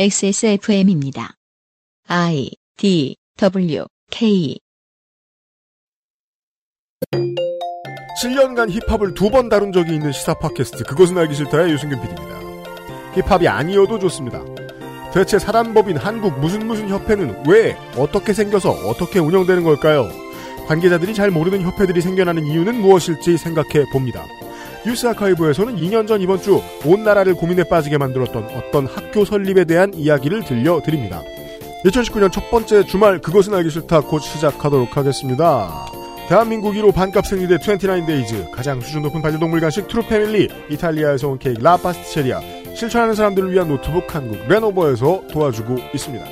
XSFM입니다. I D W K 7년간 힙합을 두 번 다룬 적이 있는 시사 팟캐스트 그것은 알기 싫다의 유승균 PD입니다. 힙합이 아니어도 좋습니다. 대체 사단법인 한국 무슨 무슨 협회는 왜 어떻게 생겨서 어떻게 운영되는 걸까요? 관계자들이 잘 모르는 협회들이 생겨나는 이유는 무엇일지 생각해 봅니다. 뉴스 아카이브에서는 2년 전 이번 주 온 나라를 고민에 빠지게 만들었던 어떤 학교 설립에 대한 이야기를 들려드립니다. 2019년 첫 번째 주말 그것은 알기 싫다 곧 시작하도록 하겠습니다. 대한민국 1호 반값 생리대 29데이즈 가장 수준 높은 반려동물 간식 트루패밀리 이탈리아에서 온 케이크 라파스티체리아 실천하는 사람들을 위한 노트북 한국 레노버에서 도와주고 있습니다.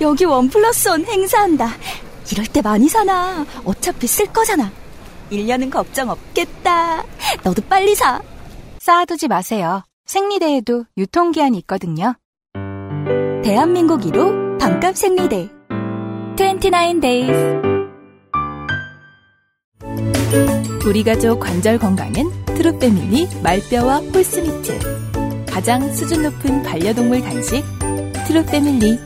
여기 원 플러스 원 행사한다. 이럴 때 많이 사나. 어차피 쓸 거잖아. 1년은 걱정 없겠다. 너도 빨리 사. 쌓아두지 마세요. 생리대에도 유통기한이 있거든요. 대한민국 1호 반값 생리대. 29 days. 우리 가족 관절 건강은 트루페밀리 말뼈와 홀스미트. 가장 수준 높은 반려동물 간식 트루페밀리.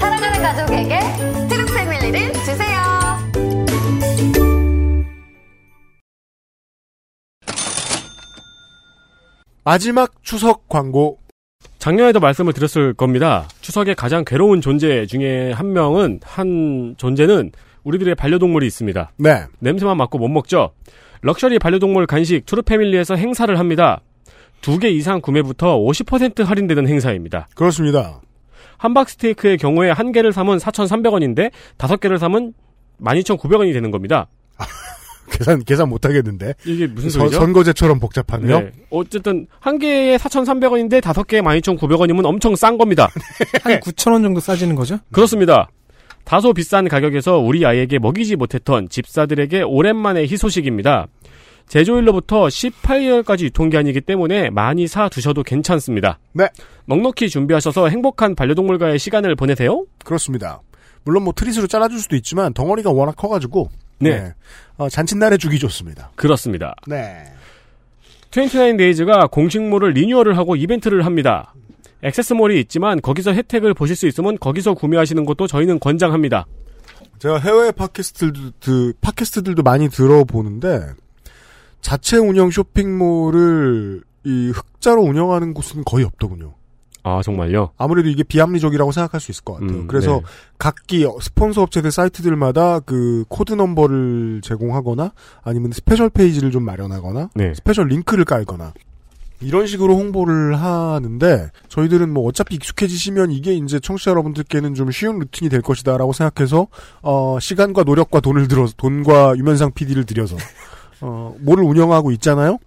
사랑하는 가족에게 트루 패밀리를 주세요. 마지막 추석 광고 작년에도 말씀을 드렸을 겁니다. 추석에 가장 괴로운 존재 중에 한 명은 한 존재는 우리들의 반려동물이 있습니다. 네 냄새만 맡고 못 먹죠. 럭셔리 반려동물 간식 트루패밀리에서 행사를 합니다. 두 개 이상 구매부터 50% 할인되는 행사입니다. 그렇습니다. 함박스테이크의 경우에 한 개를 사면 4,300원인데 다섯 개를 사면 12,900원이 되는 겁니다. 계산 계산 못 하겠는데 이게 무슨 선- 소리죠? 선거제처럼 복잡하네요. 네. 어쨌든 한 개에 4,300원인데 다섯 개에 12,900원이면 엄청 싼 겁니다. 네. 한 9,000원 정도 싸지는 거죠? 그렇습니다. 다소 비싼 가격에서 우리 아이에게 먹이지 못했던 집사들에게 오랜만에 희소식입니다. 제조일로부터 18개월까지 유통기한이기 때문에 많이 사 두셔도 괜찮습니다. 네. 넉넉히 준비하셔서 행복한 반려동물과의 시간을 보내세요. 그렇습니다. 물론 뭐 트리스로 잘라줄 수도 있지만 덩어리가 워낙 커가지고 네. 어, 잔칫날에 주기 좋습니다. 네, 그렇습니다. 네 29데이즈가 공식몰을 리뉴얼을 하고 이벤트를 합니다. 액세스몰이 있지만 거기서 혜택을 보실 수 있으면 거기서 구매하시는 것도 저희는 권장합니다. 제가 해외 팟캐스트들도 드- 팟캐스트들도 많이 들어보는데 자체 운영 쇼핑몰을 이 흑자로 운영하는 곳은 거의 없더군요. 아, 정말요? 아무래도 이게 비합리적이라고 생각할 수 있을 것 같아요. 음, 그래서 네. 각기 스폰서 업체들 사이트들마다 그 코드 넘버를 제공하거나 아니면 스페셜 페이지를 좀 마련하거나 네. 스페셜 링크를 깔거나 이런 식으로 홍보를 하는데 저희들은 뭐 어차피 익숙해지시면 이게 이제 청취자 여러분들께는 좀 쉬운 루틴이 될 것이다라고 생각해서 어 시간과 노력과 돈을 들어 돈과 유면상 PD를 들여서 어 뭐를 운영하고 있잖아요.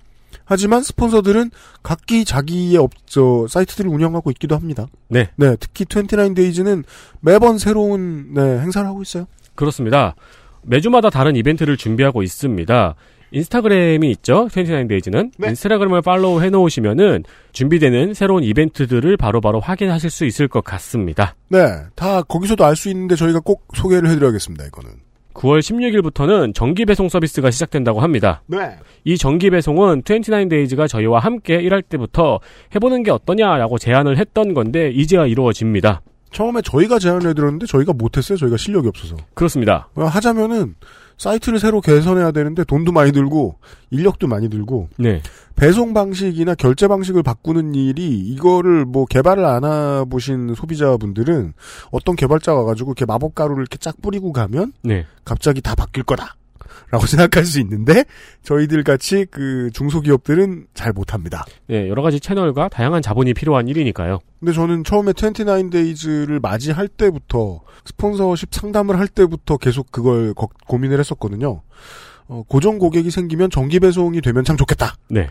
하지만 스폰서들은 각기 자기의 업저 사이트들을 운영하고 있기도 합니다. 네. 네, 특히 29데이즈는 매번 새로운 네, 행사를 하고 있어요. 그렇습니다. 매주마다 다른 이벤트를 준비하고 있습니다. 인스타그램이 있죠? 29데이즈는. 네. 인스타그램을 팔로우 해놓으시면은 준비되는 새로운 이벤트들을 바로바로 확인하실 수 있을 것 같습니다. 네, 다 거기서도 알 수 있는데 저희가 꼭 소개를 해드려야겠습니다. 이거는. 9월 16일부터는 정기 배송 서비스가 시작된다고 합니다. 네. 이 정기 배송은 29데이즈가 저희와 함께 일할 때부터 해보는 게 어떠냐라고 제안을 했던 건데 이제야 이루어집니다. 처음에 저희가 제안을 해드렸는데 저희가 못했어요. 저희가 실력이 없어서. 그렇습니다. 그냥 하자면은 사이트를 새로 개선해야 되는데 돈도 많이 들고 인력도 많이 들고 네. 배송 방식이나 결제 방식을 바꾸는 일이 이거를 뭐 개발을 안 해보신 소비자분들은 어떤 개발자가 가지고 이렇게 마법 가루를 이렇게 쫙 뿌리고 가면 네. 갑자기 다 바뀔 거다. 라고 생각할 수 있는데 저희들 같이 그 중소기업들은 잘 못합니다. 네. 여러 가지 채널과 다양한 자본이 필요한 일이니까요. 근데 저는 처음에 29데이즈를 맞이할 때부터 스폰서십 상담을 할 때부터 계속 그걸 거- 고민을 했었거든요. 어, 고정 고객이 생기면 정기 배송이 되면 참 좋겠다. 네.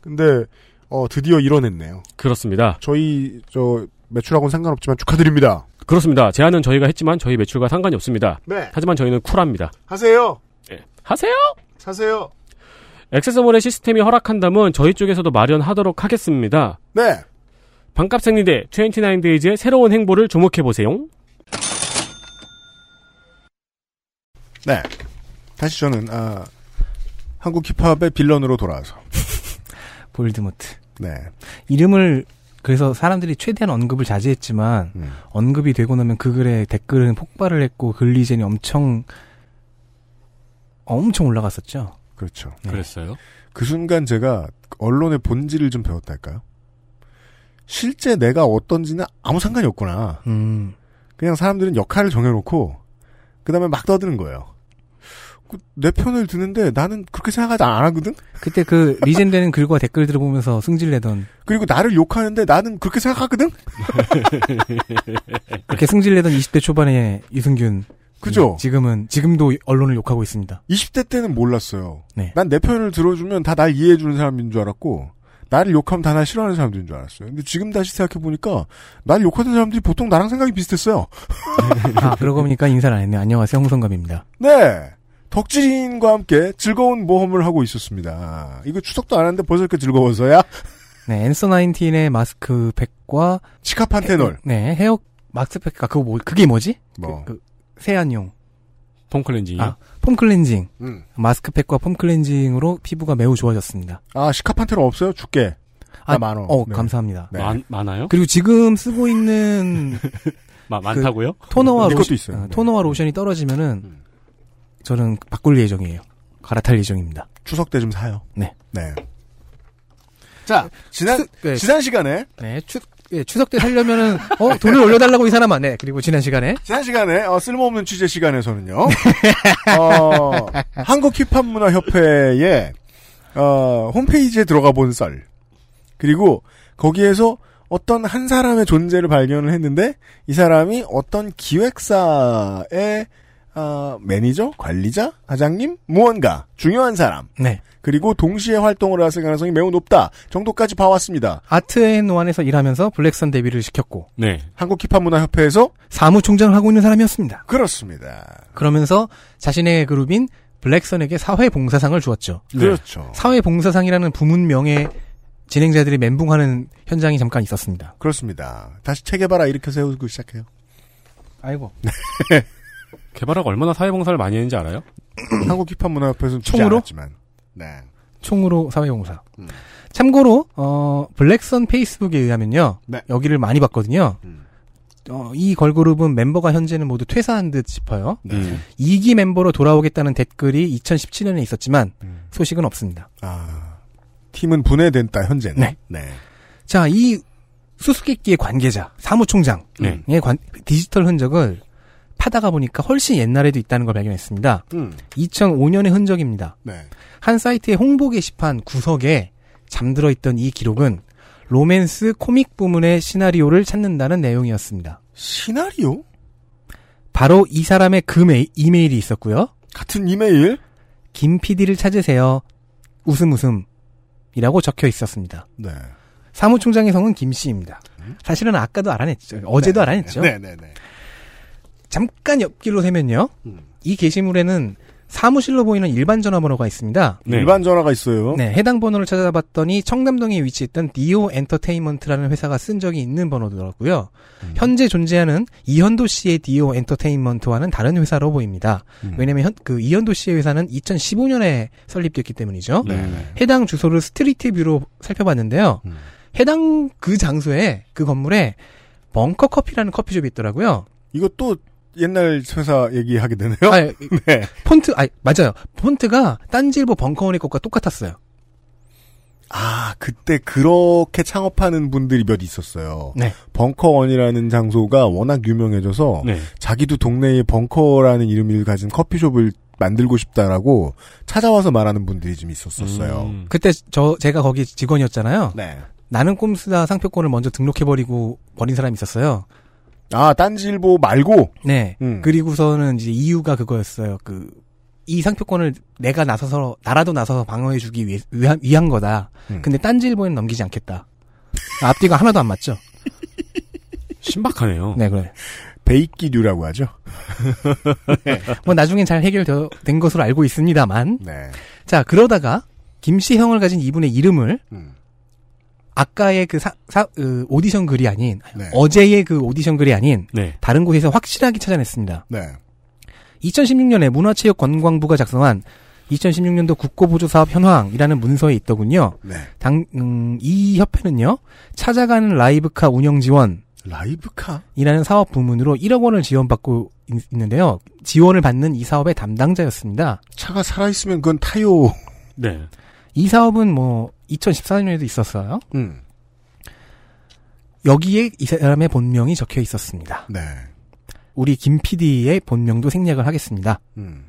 근데 어, 드디어 이뤄냈네요. 그렇습니다. 저희 저 매출하고는 상관없지만 축하드립니다. 그렇습니다. 제안은 저희가 했지만 저희 매출과 상관이 없습니다. 네. 하지만 저희는 쿨합니다. 하세요. 하세요! 사세요. 액세서몰의 시스템이 허락한다면 저희 쪽에서도 마련하도록 하겠습니다. 네. 반값 생리대 29데이즈의 새로운 행보를 주목해보세요. 네. 다시 저는 아, 한국 힙합의 빌런으로 돌아와서 볼드모트. 네. 이름을 그래서 사람들이 최대한 언급을 자제했지만 음. 언급이 되고 나면 그 글에 댓글은 폭발을 했고 글리젠이 엄청 엄청 올라갔었죠. 그렇죠. 그랬어요? 그 순간 제가 언론의 본질을 좀 배웠달까요? 실제 내가 어떤지는 아무 상관이 없구나. 음. 그냥 사람들은 역할을 정해놓고 그 다음에 막 떠드는 거예요. 그- 내 편을 드는데 나는 그렇게 생각하지 안 하거든? 그때 그 리젠 되는 글과 댓글들을 보면서 승질내던 그리고 나를 욕하는데 나는 그렇게 생각하거든? 그렇게 승질내던 20대 초반의 이승균. 그죠? 지금은 지금도 언론을 욕하고 있습니다. 20대 때는 몰랐어요. 네. 난 내 편을 들어주면 다 날 이해해주는 사람인 줄 알았고, 나를 욕하면 다 날 싫어하는 사람들인 줄 알았어요. 근데 지금 다시 생각해보니까, 날 욕하는 사람들이 보통 나랑 생각이 비슷했어요. 아 그러고 보니까 인사를 안 했네. 안녕하세요 홍성갑입니다. 네! 덕질인과 함께 즐거운 모험을 하고 있었습니다. 이거 추석도 안 하는데 벌써 이렇게 즐거워서야? 네 앤서 나인틴의 마스크팩과 치카 판테놀. 네 헤어 마스크팩과 그거 뭐 그게 뭐지? 뭐. 그, 그 세안용 폼클렌징이 아, 폼 클렌징. 음. 마스크팩과 폼 클렌징으로 피부가 매우 좋아졌습니다. 아, 시카 판테놀 없어요? 줄게. 나 만원. 어, 네. 감사합니다. 네. 많, 많아요? 그리고 지금 쓰고 있는 마- 많다고요? 토너와 네, 그것도 로션, 있어요. 아, 네. 토너와 로션이 떨어지면은 음. 저는 바꿀 예정이에요. 갈아탈 예정입니다. 추석 때 좀 사요. 네. 네. 자, 지난, 네, 지난 시간에, 네, 추, 예, 추석 때 살려면은 어 돈을 올려달라고 이 사람아. 네, 그리고 지난 시간에 지난 시간에 어, 쓸모없는 취재 시간에서는요. 어, 한국 힙합 문화 협회의 어, 홈페이지에 들어가 본 썰. 그리고 거기에서 어떤 한 사람의 존재를 발견을 했는데 이 사람이 어떤 기획사의 어, 매니저, 관리자, 사장님, 무언가 중요한 사람 네 그리고 동시에 활동을 했을 가능성이 매우 높다 정도까지 봐왔습니다. 아트앤원에서 일하면서 블랙선 데뷔를 시켰고 네. 한국 힙합 문화 협회에서 사무총장을 하고 있는 사람이었습니다. 그렇습니다. 그러면서 자신의 그룹인 블랙선에게 사회봉사상을 주었죠. 그렇죠. 사회봉사상이라는 부문명의 진행자들이 멘붕하는 현장이 잠깐 있었습니다. 그렇습니다. 다시 체계바라 일으켜 세우고 시작해요. 아이고. 개발학 얼마나 사회봉사를 많이 했는지 알아요? 한국 힙합 문화 협회에서는 총으로? 지만 네. 총으로 사회봉사. 음. 참고로 어, 블랙선 페이스북에 의하면요. 네. 여기를 많이 봤거든요. 음. 어, 이 걸그룹은 멤버가 현재는 모두 퇴사한 듯 싶어요. 네. 음. 2기 멤버로 돌아오겠다는 댓글이 2017년에 있었지만 음. 소식은 없습니다. 아 팀은 분해된다 현재는. 네. 자, 이 수수께끼의 관계자, 사무총장의 네. 관- 디지털 흔적을 파다가 보니까 훨씬 옛날에도 있다는 걸 발견했습니다. 음. 2005년의 흔적입니다. 네. 한 사이트의 홍보 게시판 구석에 잠들어 있던 이 기록은 로맨스 코믹 부문의 시나리오를 찾는다는 내용이었습니다. 시나리오 바로 이 사람의 그 메- 이메일이 있었고요. 같은 이메일. 김 PD를 찾으세요. 웃음 웃음. 이라고 적혀 있었습니다. 네. 사무총장의 성은 김 씨입니다. 사실은 아까도 알아냈죠. 네. 어제도 알아냈죠. 네네네. 네, 잠깐 옆길로 세면요. 음. 이 게시물에는 사무실로 보이는 일반 전화번호가 있습니다. 네. 일반 전화가 있어요. 네, 해당 번호를 찾아봤더니 청담동에 위치했던 디오 엔터테인먼트라는 회사가 쓴 적이 있는 번호더라고요. 음. 현재 존재하는 이현도 씨의 디오 엔터테인먼트와는 다른 회사로 보입니다. 음. 왜냐면 현- 그 이현도 씨의 회사는 2015년에 설립됐기 때문이죠. 네. 해당 주소를 스트리트 뷰로 살펴봤는데요. 음. 해당 그 장소에 그 건물에 벙커 커피라는 커피숍이 있더라고요. 이거 또 옛날 회사 얘기하게 되네요. 아, 네. 폰트, 아, 맞아요. 폰트가 딴지일보 벙커원의 것과 똑같았어요. 아 그때 그렇게 창업하는 분들이 몇 있었어요. 네. 벙커원이라는 장소가 워낙 유명해져서 네. 자기도 동네에 벙커라는 이름을 가진 커피숍을 만들고 싶다라고 찾아와서 말하는 분들이 좀 있었었어요. 음. 그때 저 제가 거기 직원이었잖아요. 네. 나는 꼼수다 상표권을 먼저 등록해버리고 버린 사람이 있었어요. 아, 딴지일보 말고, 네. 음. 그리고서는 이제 이유가 그거였어요. 그, 이 상표권을 내가 나서서, 나라도 나서서 방어해주기 위해, 위한, 위한 거다. 음. 근데 딴지일보에는 넘기지 않겠다. 앞뒤가 하나도 안 맞죠? 신박하네요. 네, 그래. 베이끼류라고 하죠. 뭐 나중엔 잘 해결된 것으로 알고 있습니다만. 네. 자, 그러다가, 김씨형을 가진 이분의 이름을, 음. 아까의 그 사, 사- 으, 오디션 글이 아닌, 네. 어제의 그 오디션 글이 아닌, 네. 다른 곳에서 확실하게 찾아냈습니다. 네. 2016년에 문화체육관광부가 작성한 2016년도 국고보조사업 현황이라는 문서에 있더군요. 네. 당, 음, 이 협회는요, 찾아가는 라이브카 운영 지원, 라이브카? 이라는 사업 부문으로 1억 원을 지원받고 있- 있는데요. 지원을 받는 이 사업의 담당자였습니다. 차가 살아있으면 그건 타요. 네. 이 사업은 뭐 2014년에도 있었어요. 음. 여기에 이 사람의 본명이 적혀 있었습니다. 네. 우리 김 PD의 본명도 생략을 하겠습니다. 음.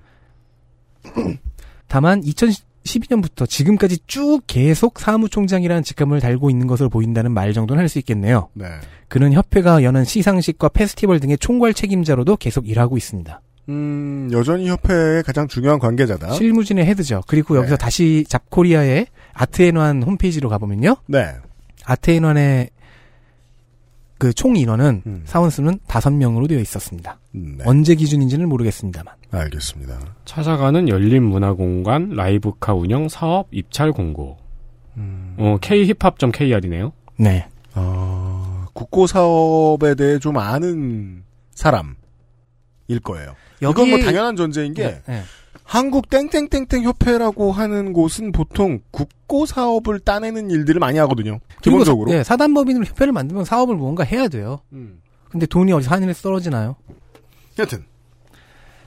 다만 2012년부터 지금까지 쭉 계속 사무총장이라는 직함을 달고 있는 것으로 보인다는 말 정도는 할 수 있겠네요. 네. 그는 협회가 여는 시상식과 페스티벌 등의 총괄 책임자로도 계속 일하고 있습니다. 음, 여전히 협회의 가장 중요한 관계자다. 실무진의 헤드죠. 그리고 여기서 어? 네. 다시 잡코리아의 아트앤완 홈페이지로 가보면요. 네. 아트앤완의 그 총 인원은 음. 사원수는 5명으로 되어 있었습니다. 네. 언제 기준인지는 모르겠습니다만. 알겠습니다. 찾아가는 열린문화공간 라이브카 운영 사업 입찰 공고. 음. 어, kh힙합.kr이네요. 네. 어, 국고 사업에 대해 좀 아는 사람일 거예요. 이건 뭐 당연한 전제인 게 네. 한국 땡땡땡땡 협회라고 하는 곳은 보통 국고 사업을 따내는 일들을 많이 하거든요. 그리고 기본적으로. 사- 네, 사단법인으로 협회를 만들면 사업을 뭔가 해야 돼요. 음. 근데 돈이 어디서 하늘에서 떨어지나요? 여튼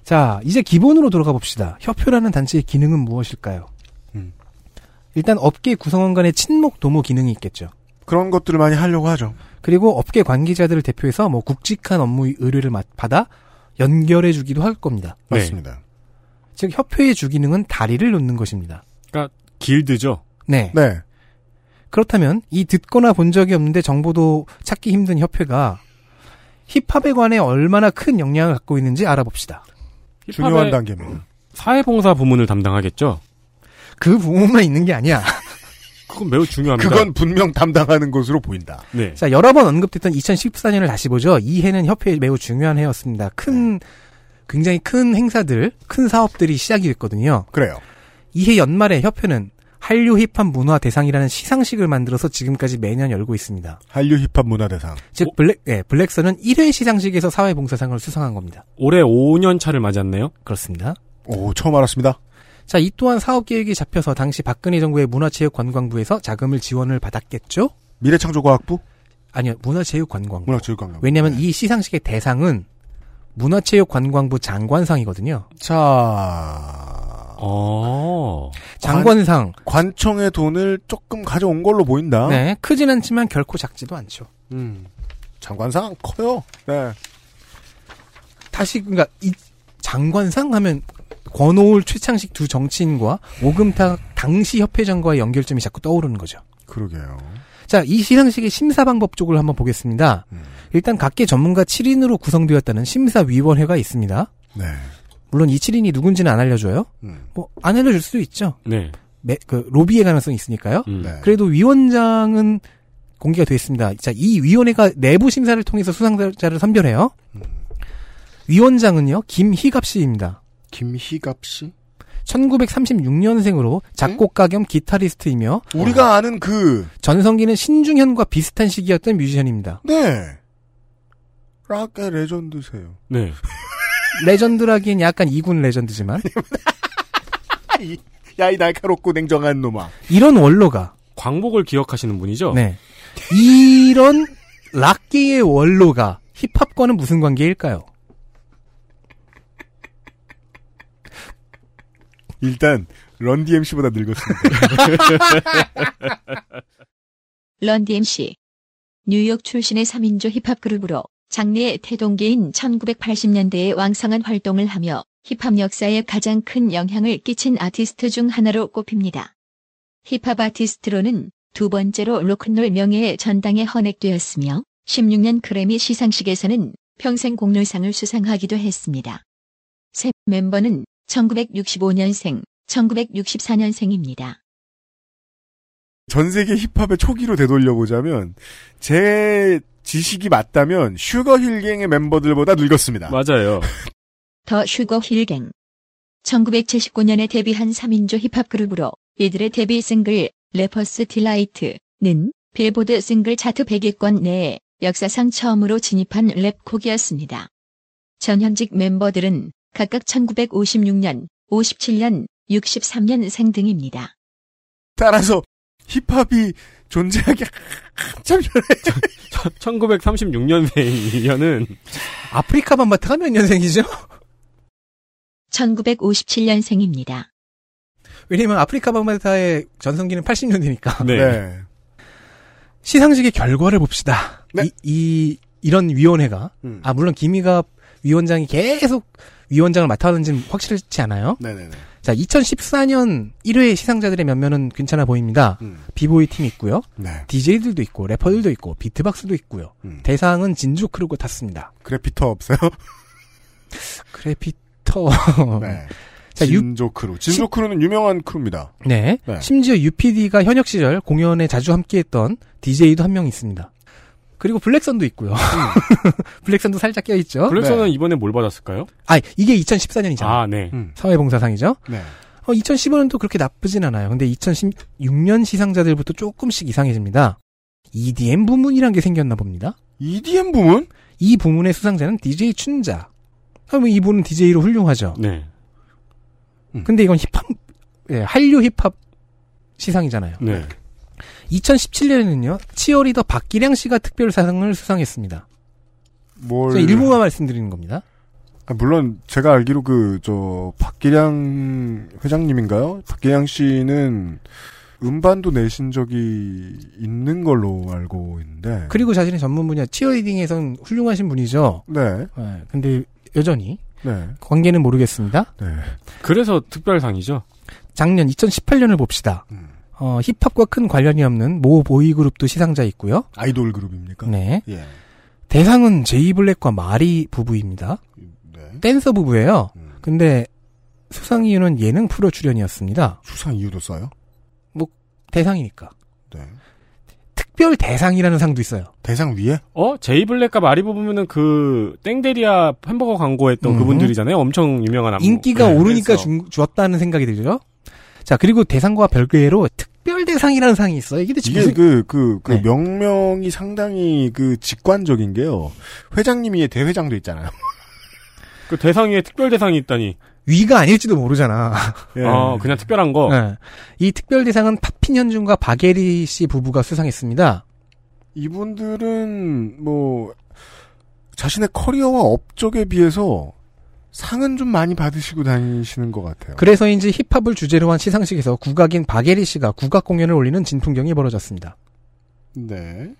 자, 이제 기본으로 돌아가 봅시다. 협회라는 단체의 기능은 무엇일까요? 음. 일단 업계 구성원 간의 친목 도모 기능이 있겠죠. 그런 것들을 많이 하려고 하죠. 그리고 업계 관계자들을 대표해서 뭐 굵직한 업무 의뢰를 마- 받아 연결해 주기도 할 겁니다. 네. 맞습니다. 즉 협회의 주기능은 다리를 놓는 것입니다. 길드죠. 네. 네. 그렇다면 이 듣거나 본 적이 없는데 정보도 찾기 힘든 협회가 힙합에 관해 얼마나 큰 영향을 갖고 있는지 알아봅시다. 힙합의 중요한 단계입니다. 사회봉사 부문을 담당하겠죠. 그 부분만 있는 게 아니야. 그건 매우 중요합니다. 그건 분명 담당하는 것으로 보인다. 네. 자, 여러 번 언급됐던 2014년을 다시 보죠. 이 해는 협회에 매우 중요한 해였습니다. 큰, 굉장히 큰 행사들, 큰 사업들이 시작이 됐거든요. 그래요. 이 해 연말에 협회는 한류 힙합 문화 대상이라는 시상식을 만들어서 지금까지 매년 열고 있습니다. 한류 힙합 문화 대상. 즉, 블랙, 예, 블랙선은 1회 시상식에서 사회봉사상을 수상한 겁니다. 올해 5년 차를 맞았네요. 그렇습니다. 오, 처음 알았습니다. 자, 이 또한 사업 계획이 잡혀서 당시 박근혜 정부의 문화체육관광부에서 자금을 지원을 받았겠죠? 미래창조과학부 아니요, 문화체육관광부. 문화체육관광. 음. 왜냐면 이 시상식의 대상은 문화체육관광부 장관상이거든요. 자 어. 장관상. 관청의 돈을 조금 가져온 걸로 보인다. 네, 크진 않지만 결코 작지도 않죠. 음. 장관상 커요. 네. 다시 그러니까 이 장관상 하면 권오울 최창식 두 정치인과 오금탁 당시 협회장과의 연결점이 자꾸 떠오르는 거죠. 그러게요. 자, 이 시상식의 심사 방법 쪽을 한번 보겠습니다. 음. 일단 각계 전문가 7인으로 구성되었다는 심사위원회가 있습니다. 네. 물론 이 7인이 누군지는 안 알려줘요. 음. 뭐, 안 알려줄 수도 있죠. 네. 매- 그 로비의 가능성이 있으니까요. 음. 네. 그래도 위원장은 공개가 되어 있습니다. 자, 이 위원회가 내부 심사를 통해서 수상자를 선별해요. 위원장은요, 김희갑 씨입니다. 김희갑 씨? 1936년생으로 작곡가 겸 기타리스트이며 우리가 아는 그, 전성기는 신중현과 비슷한 시기였던 뮤지션입니다. 네. 락의 레전드세요. 네. 레전드라기엔 약간 이군 레전드지만 야, 이 날카롭고 냉정한 놈아. 이런 원로가 광복을 기억하시는 분이죠. 네 이런 락계의 원로가 힙합과는 무슨 관계일까요? 일단, 런 DMC보다 늙었습니다. 런디 MC. 뉴욕 출신의 3인조 힙합 그룹으로 장르의 태동기인 1980년대에 왕성한 활동을 하며 힙합 역사에 가장 큰 영향을 끼친 아티스트 중 하나로 꼽힙니다. 힙합 아티스트로는 두 번째로 로큰롤 명예의 전당에 헌액되었으며 16년 그래미 시상식에서는 평생 공로상을 수상하기도 했습니다. 새 멤버는 1965년생, 1964년생입니다. 전 세계 힙합의 초기로 되돌려보자면, 제 지식이 맞다면, 슈거 힐갱의 멤버들보다 늙었습니다. 맞아요. 더 슈거 힐갱. 1979년에 데뷔한 3인조 힙합 그룹으로 이들의 데뷔 싱글 래퍼스 딜라이트는 빌보드 싱글 차트 100위권 내에 역사상 처음으로 진입한 랩곡이었습니다. 전현직 멤버들은 각각 1956년, 57년, 63년생 등입니다. 따라서 힙합이 존재하기 한참 전에 1936년생이면은 아프리카 밤바트가 몇 년생이죠? 1957년생입니다. 왜냐면 아프리카 밤바타의 전성기는 80년대니까. 네. 네. 시상식의 결과를 봅시다. 네. 이, 이, 이런 위원회가, 음. 아, 물론 김희갑 위원장이 계속 위원장을 맡아왔는지는 확실치 않아요. 네네네. 자, 2014년 1회 시상자들의 면면은 괜찮아 보입니다. 음. 비보이 팀 있고요. 네. DJ들도 있고, 래퍼들도 있고, 비트박스도 있고요. 음. 대상은 진주 크루고 탔습니다. 그래피터 없어요? 그래피터. 네. 어. 자, 유- 진조 크루. 진조 크루는 유명한 크루입니다. 네. 네. 심지어 UPD가 현역 시절 공연에 자주 함께했던 DJ도 한 명 있습니다. 그리고 블랙선도 있고요. 음. 블랙선도 살짝 껴있죠. 블랙선은 이번에 뭘 받았을까요? 아, 이게 2014년이잖아요. 아, 네. 음. 사회봉사상이죠. 네. 어, 2015년도 그렇게 나쁘진 않아요. 근데 2016년 시상자들부터 조금씩 이상해집니다. EDM 부문이란 게 생겼나 봅니다. EDM 부문? 이 부문의 수상자는 DJ 춘자. 그러면 이분은 DJ로 훌륭하죠. 네. 근데 이건 힙합, 예, 한류 힙합 시상이잖아요. 네. 2017년에는요, 치어리더 박기량 씨가 특별사상을 수상했습니다. 뭘. 저 일부만 말씀드리는 겁니다. 아, 물론 제가 알기로 그 저 박기량 회장님인가요? 박기량 씨는 음반도 내신 적이 있는 걸로 알고 있는데. 그리고 자신의 전문 분야 치어리딩에선 훌륭하신 분이죠. 네, 예, 근데 여전히 네, 관계는 모르겠습니다. 네. 그래서 특별상이죠. 작년 2018년을 봅시다. 음. 어, 힙합과 큰 관련이 없는 모 보이그룹도 시상자 있고요. 아이돌 그룹입니까? 네. 예. 대상은 제이 블랙과 마리 부부입니다. 네. 댄서 부부예요. 음. 근데 수상 이유는 예능 프로 출연이었습니다. 수상 이유도 써요? 대상이니까. 네. 특별 대상이라는 상도 있어요. 대상 위에? 아, 어? 제이블랙과 마리보 보면은 그 땡데리아 햄버거 광고했던 음. 그분들이잖아요. 엄청 유명한 안무. 인기가 네, 오르니까 그래서. 주, 주었다는 생각이 들죠. 자 그리고 대상과 별개로 특별 대상이라는 상이 있어요. 이게 대체 이게 무슨- 그, 그, 그 네. 명명이 상당히 그 직관적인 게요. 회장님이 대회장도 있잖아요. 그 대상 위에 특별 대상이 있다니. 위가 아닐지도 모르잖아. 예. 아, 그냥 특별한 거. 네. 이 특별 대상은 파핀 현준과 박예리 씨 부부가 수상했습니다. 이분들은 뭐 자신의 커리어와 업적에 비해서 상은 좀 많이 받으시고 다니시는 것 같아요. 그래서인지 힙합을 주제로 한 시상식에서 국악인 박예리 씨가 국악 공연을 올리는 진풍경이 벌어졌습니다. 네.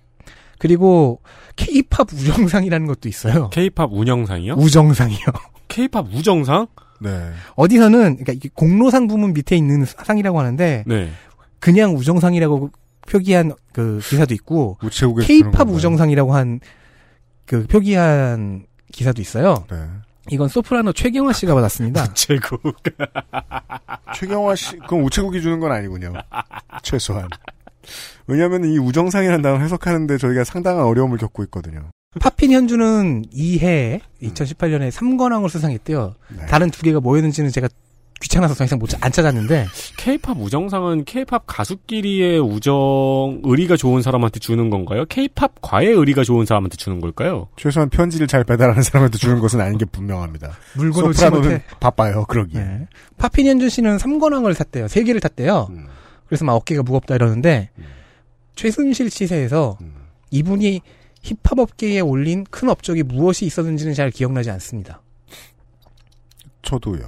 그리고 K-팝 우정상이라는 것도 있어요. 케이팝 운영상이요? 우정상이요. 케이팝 우정상? 네. 어디서는 그러니까 이게 공로상 부문 밑에 있는 상이라고 하는데 네. 그냥 우정상이라고 표기한 그 기사도 있고 우체국에 케이팝 우정상이라고 한 그 표기한 기사도 있어요. 네. 이건 소프라노 최경화 씨가 받았습니다. 최고. 최경화 씨, 그건 우체국이 주는 건 아니군요. 최소한. 왜냐하면 이 우정상이라는 단어 해석하는데 저희가 상당한 어려움을 겪고 있거든요. 파핀 현주는 이해 2018년에 삼관왕을 수상했대요. 네. 다른 두 개가 뭐였는지는 제가 귀찮아서 더 이상 못, 찾- 안 찾았는데 케이팝 우정상은 케이팝 가수끼리의 우정 의리가 좋은 사람한테 주는 건가요? 케이팝 과의 의리가 좋은 사람한테 주는 걸까요? 최소한 편지를 잘 배달하는 사람한테 주는 것은 아닌 게 분명합니다. 물건을 소프라노는 치못해. 바빠요, 그러기에. 네. 파핀 현준 씨는 삼관왕을 탔대요. 세 개를 탔대요. 음, 그래서 막 어깨가 무겁다 이러는데 음. 최순실 시세에서 음. 이분이 힙합 업계에 올린 큰 업적이 무엇이 있었는지는 잘 기억나지 않습니다. 저도요.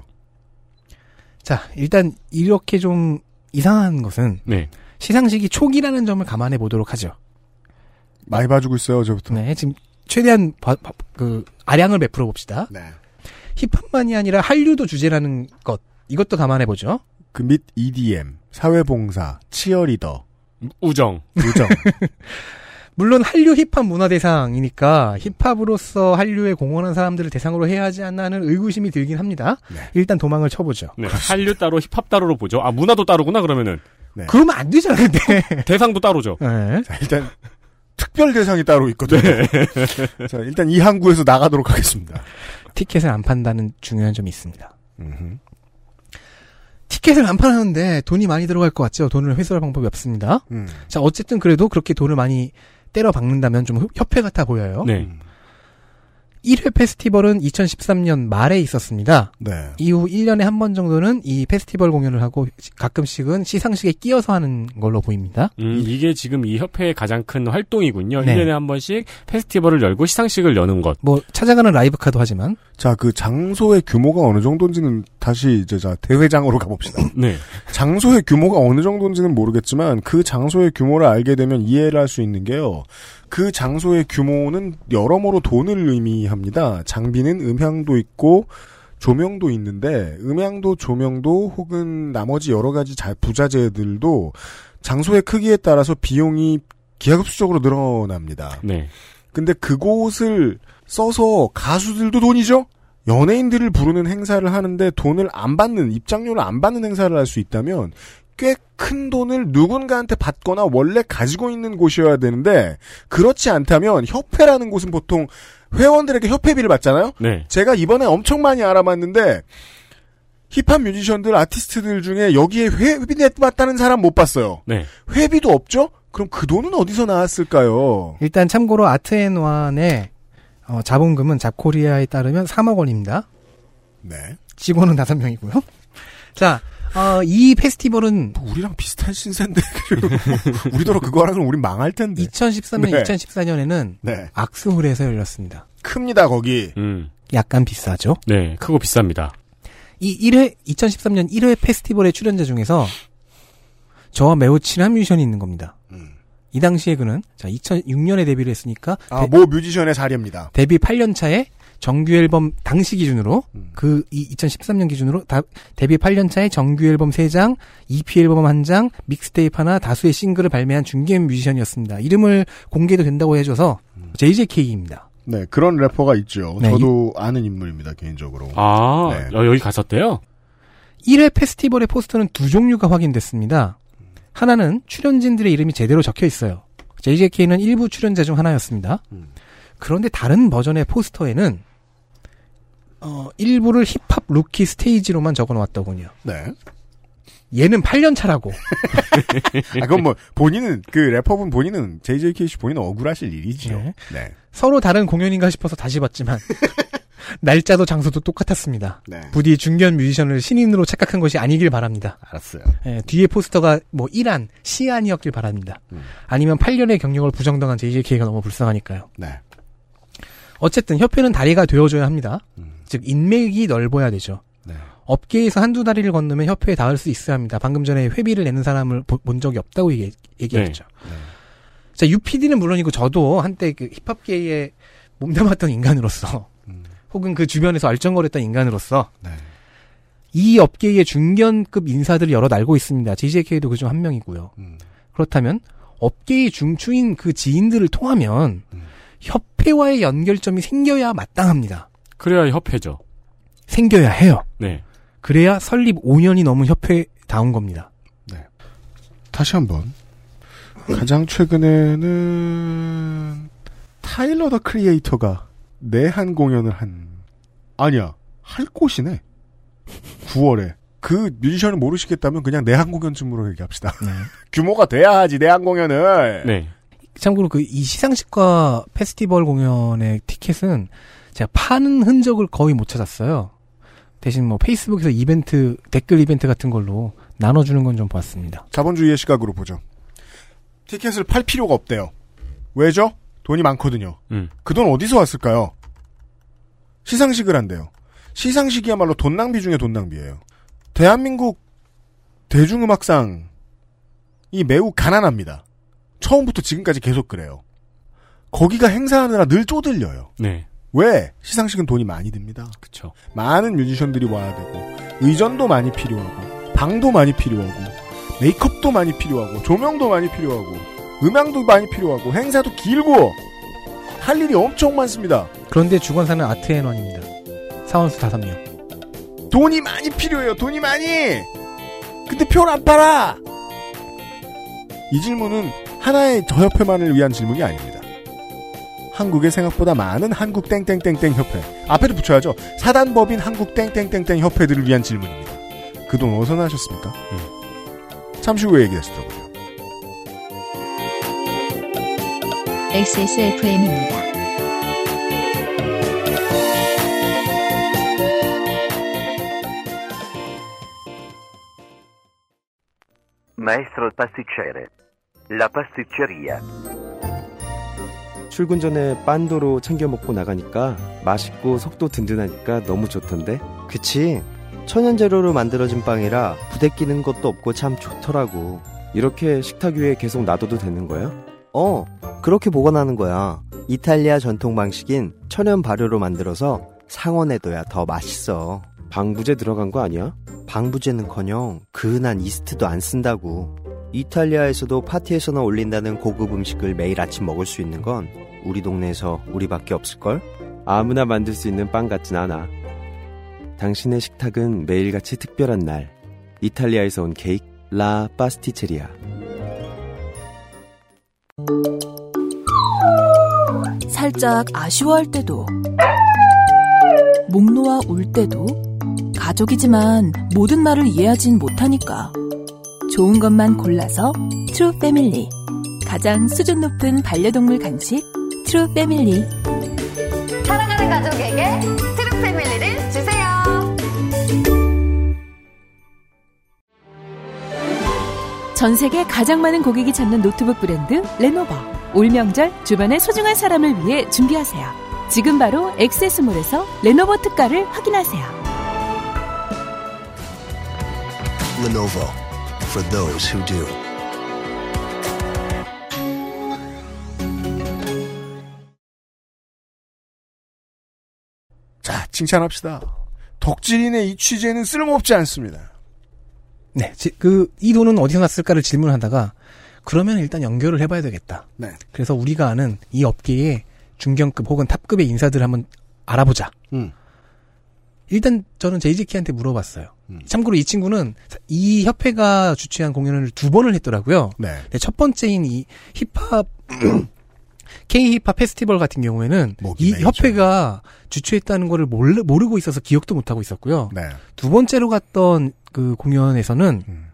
자, 일단 이렇게 좀 이상한 것은 네. 시상식이 초기라는 점을 감안해 보도록 하죠. 많이 봐주고 있어요, 저부터. 네, 지금 최대한 바- 바- 그 아량을 베풀어 봅시다. 네. 힙합만이 아니라 한류도 주제라는 것 이것도 감안해 보죠. 그 및 EDM, 사회봉사, 치어리더, 우정. 우정. 물론 한류 힙합 문화 대상이니까 힙합으로서 한류에 공헌한 사람들을 대상으로 해야 하지 않나 하는 의구심이 들긴 합니다. 네. 일단 도망을 쳐보죠. 네. 한류 따로 힙합 따로로 보죠. 아 문화도 따로구나 그러면은 네. 그러면 안 되잖아, 근데. 대상도 따로죠. 네. 자, 일단 특별 대상이 따로 있거든요. 자, 일단 이 항구에서 나가도록 하겠습니다. 티켓을 안 판다는 중요한 점이 있습니다. 티켓을 안 파는데 돈이 많이 들어갈 것 같죠? 돈을 회수할 방법이 없습니다. 음. 자, 어? 어쨌든 그래도 그렇게 돈을 많이 때려 박는다면 좀 협- 협회 같아 보여요. 네. 음. 1회 페스티벌은 2013년 말에 있었습니다. 네. 이후 1년에 한 번 정도는 이 페스티벌 공연을 하고 시- 가끔씩은 시상식에 끼어서 하는 걸로 보입니다. 음, 이게 지금 이 협회의 가장 큰 활동이군요. 네. 1년에 한 번씩 페스티벌을 열고 시상식을 여는 것. 뭐 찾아가는 라이브카도 하지만 자, 그 장소의 규모가 어느 정도인지는 다시 이제 자, 대회장으로 가봅시다. 네. 장소의 규모가 어느 정도인지는 모르겠지만 그 장소의 규모를 알게 되면 이해를 할 수 있는 게요. 그 장소의 규모는 여러모로 돈을 의미합니다. 장비는 음향도 있고 조명도 있는데 음향도 조명도 혹은 나머지 여러 가지 자- 부자재들도 장소의 크기에 따라서 비용이 기하급수적으로 늘어납니다. 네. 근데 그곳을 써서 가수들도 돈이죠? 연예인들을 부르는 행사를 하는데 돈을 안 받는, 입장료를 안 받는 행사를 할 수 있다면 꽤 큰 돈을 누군가한테 받거나 원래 가지고 있는 곳이어야 되는데 그렇지 않다면 협회라는 곳은 보통 회원들에게 협회비를 받잖아요? 네. 제가 이번에 엄청 많이 알아봤는데 힙합 뮤지션들, 아티스트들 중에 여기에 회비 냈다는 사람 못 봤어요. 네. 회비도 없죠? 그럼 그 돈은 어디서 나왔을까요? 일단 참고로 아트앤완의 어, 자본금은 잡코리아에 따르면 3억 원입니다. 네. 직원은 5명이고요. 자, 어, 이 페스티벌은 뭐 우리랑 비슷한 신세인데 그리고 우리더러 그거 하라 그러면 우리 망할 텐데. 2013년, 네. 2014년에는 네, 악스홀에서 열렸습니다. 큽니다 거기. 음. 약간 비싸죠? 네. 크고 비쌉니다. 이 1회, 2013년 1회 페스티벌의 출연자 중에서 저와 매우 친한 뮤지션이 있는 겁니다. 음. 이 당시에 그는, 자, 2006년에 데뷔를 했으니까, 아, 데, 모 뮤지션의 자리입니다. 데뷔 8년 차에 정규 앨범 당시 기준으로, 음. 그, 이 2013년 기준으로 다- 데뷔 8년 차에 정규 앨범 3장, EP 앨범 1장, 믹스테이프 하나, 다수의 싱글을 발매한 중견 뮤지션이었습니다. 이름을 공개도 된다고 해줘서, 음. JJK입니다. 네, 그런 래퍼가 있죠. 네, 저도 아는 인물입니다 개인적으로. 아, 네. 여- 여기 갔었대요? 1회 페스티벌의 포스터는 두 종류가 확인됐습니다. 하나는 출연진들의 이름이 제대로 적혀 있어요. JJK는 일부 출연자 중 하나였습니다. 음. 그런데 다른 버전의 포스터에는 어, 일부를 힙합 루키 스테이지로만 적어 놓았더군요. 네. 얘는 8년 차라고. 아, 그건 뭐 본인은 그 래퍼분 본인은 JJK 씨 본인은 억울하실 일이지요. 네. 네. 서로 다른 공연인가 싶어서 다시 봤지만 날짜도 장소도 똑같았습니다. 네. 부디 중견 뮤지션을 신인으로 착각한 것이 아니길 바랍니다. 알았어요. 예, 뒤에 포스터가 뭐 1안, 시안이었길 바랍니다. 음. 아니면 8년의 경력을 부정당한 JJK가 너무 불쌍하니까요. 네. 어쨌든 협회는 다리가 되어줘야 합니다. 음. 즉 인맥이 넓어야 되죠. 네. 업계에서 한두 다리를 건너면 협회에 닿을 수 있어야 합니다. 방금 전에 회비를 내는 사람을 보- 본 적이 없다고 얘기, 얘기했죠. 네. 자, UPD는 물론이고 저도 한때 그 힙합계에 몸담았던 인간으로서 음. 혹은 그 주변에서 알쩡거렸던 인간으로서 네. 이 업계의 중견급 인사들을 여럿 알고 있습니다. JJK도 그중 한 명이고요. 음. 그렇다면 업계의 중추인 그 지인들을 통하면 음. 협회와의 연결점이 생겨야 마땅합니다. 그래야 협회죠. 생겨야 해요. 네. 그래야 설립 5년이 넘은 협회다운 겁니다. 다시 한번 가장 최근에는 타일러 더 크리에이터가 내한 공연을 한 아니야 할 곳이네 9월에 그 뮤지션을 모르시겠다면 그냥 내한 공연쯤으로 얘기합시다 네. 규모가 돼야 하지 내한 공연을 네. 참고로 그 이 시상식과 페스티벌 공연의 티켓은 제가 파는 흔적을 거의 못 찾았어요. 대신 뭐 페이스북에서 이벤트 댓글 이벤트 같은 걸로 나눠주는 건 좀 봤습니다. 자본주의의 시각으로 보죠 티켓을 팔 필요가 없대요 왜죠? 돈이 많거든요 음. 그 돈 어디서 왔을까요? 시상식을 한대요. 시상식이야말로 돈 낭비 중에 돈 낭비예요. 대한민국 대중음악상이 매우 가난합니다. 처음부터 지금까지 계속 그래요. 거기가 행사하느라 늘 쪼들려요. 네. 왜? 시상식은 돈이 많이 듭니다. 그쵸. 많은 뮤지션들이 와야 되고 의전도 많이 필요하고 방도 많이 필요하고 메이크업도 많이 필요하고 조명도 많이 필요하고 음향도 많이 필요하고 행사도 길고 할 일이 엄청 많습니다. 그런데 주관사는 아트앤원입니다. 사원수 5명. 돈이 많이 필요해요. 돈이 많이. 근데 표를 안 팔아. 이 질문은 하나의 저 협회만을 위한 질문이 아닙니다. 한국에 생각보다 많은 한국 땡땡땡땡 협회 앞에도 붙여야죠. 사단법인 한국 땡땡땡땡 협회들을 위한 질문입니다. 그 돈 어디서 나셨습니까? 네. 잠시 후에 얘기해서 들어보죠. XSFM입니다. maestro pasticcere. La pasticceria. 출근 전에 빤도로 챙겨 먹고 나가니까 맛있고 속도 든든하니까 너무 좋던데? 그치? 천연 재료로 만들어진 빵이라 부대 끼는 것도 없고 참 좋더라고. 이렇게 식탁 위에 계속 놔둬도 되는 거야? 어, 그렇게 보관하는 거야. 이탈리아 전통 방식인 천연 발효로 만들어서 상온에둬야 더 맛있어. 방부제 들어간 거 아니야? 방부제는커녕 그은한 이스트도 안 쓴다고. 이탈리아에서도 파티에서나 올린다는 고급 음식을 매일 아침 먹을 수 있는 건 우리 동네에서 우리밖에 없을걸? 아무나 만들 수 있는 빵 같진 않아. 당신의 식탁은 매일같이 특별한 날. 이탈리아에서 온 케이크 라 파스티체리아. 살짝 아쉬워할 때도 목 놓아 울 때도 가족이지만 모든 말을 이해하진 못하니까 좋은 것만 골라서 트루 패밀리 가장 수준 높은 반려동물 간식 트루 패밀리 사랑하는 가족에게 트루 패밀리를 주세요. 전 세계 가장 많은 고객이 찾는 노트북 브랜드 레노버. 올 명절 주변의 소중한 사람을 위해 준비하세요. 지금 바로 엑세스몰에서 레노버 특가를 확인하세요. Lenovo for those who do. 자, 칭찬합시다. 덕질인의 이 취재는 쓸모없지 않습니다. 네, 지- 그, 이 돈은 어디서 났을까를 질문하다가, 그러면 일단 연결을 해봐야 되겠다. 네. 그래서 우리가 아는 이 업계의 중견급 혹은 탑급의 인사들을 한번 알아보자. 음. 일단 저는 제이지키한테 물어봤어요. 음. 참고로 이 친구는 이 협회가 주최한 공연을 두 번을 했더라고요. 네. 근데 첫 번째인 이 힙합 K 힙합 페스티벌 같은 경우에는 목이 이 메이죠. 협회가 주최했다는 거를 몰 모르고 있어서 기억도 못 하고 있었고요. 네. 두 번째로 갔던 그 공연에서는 음.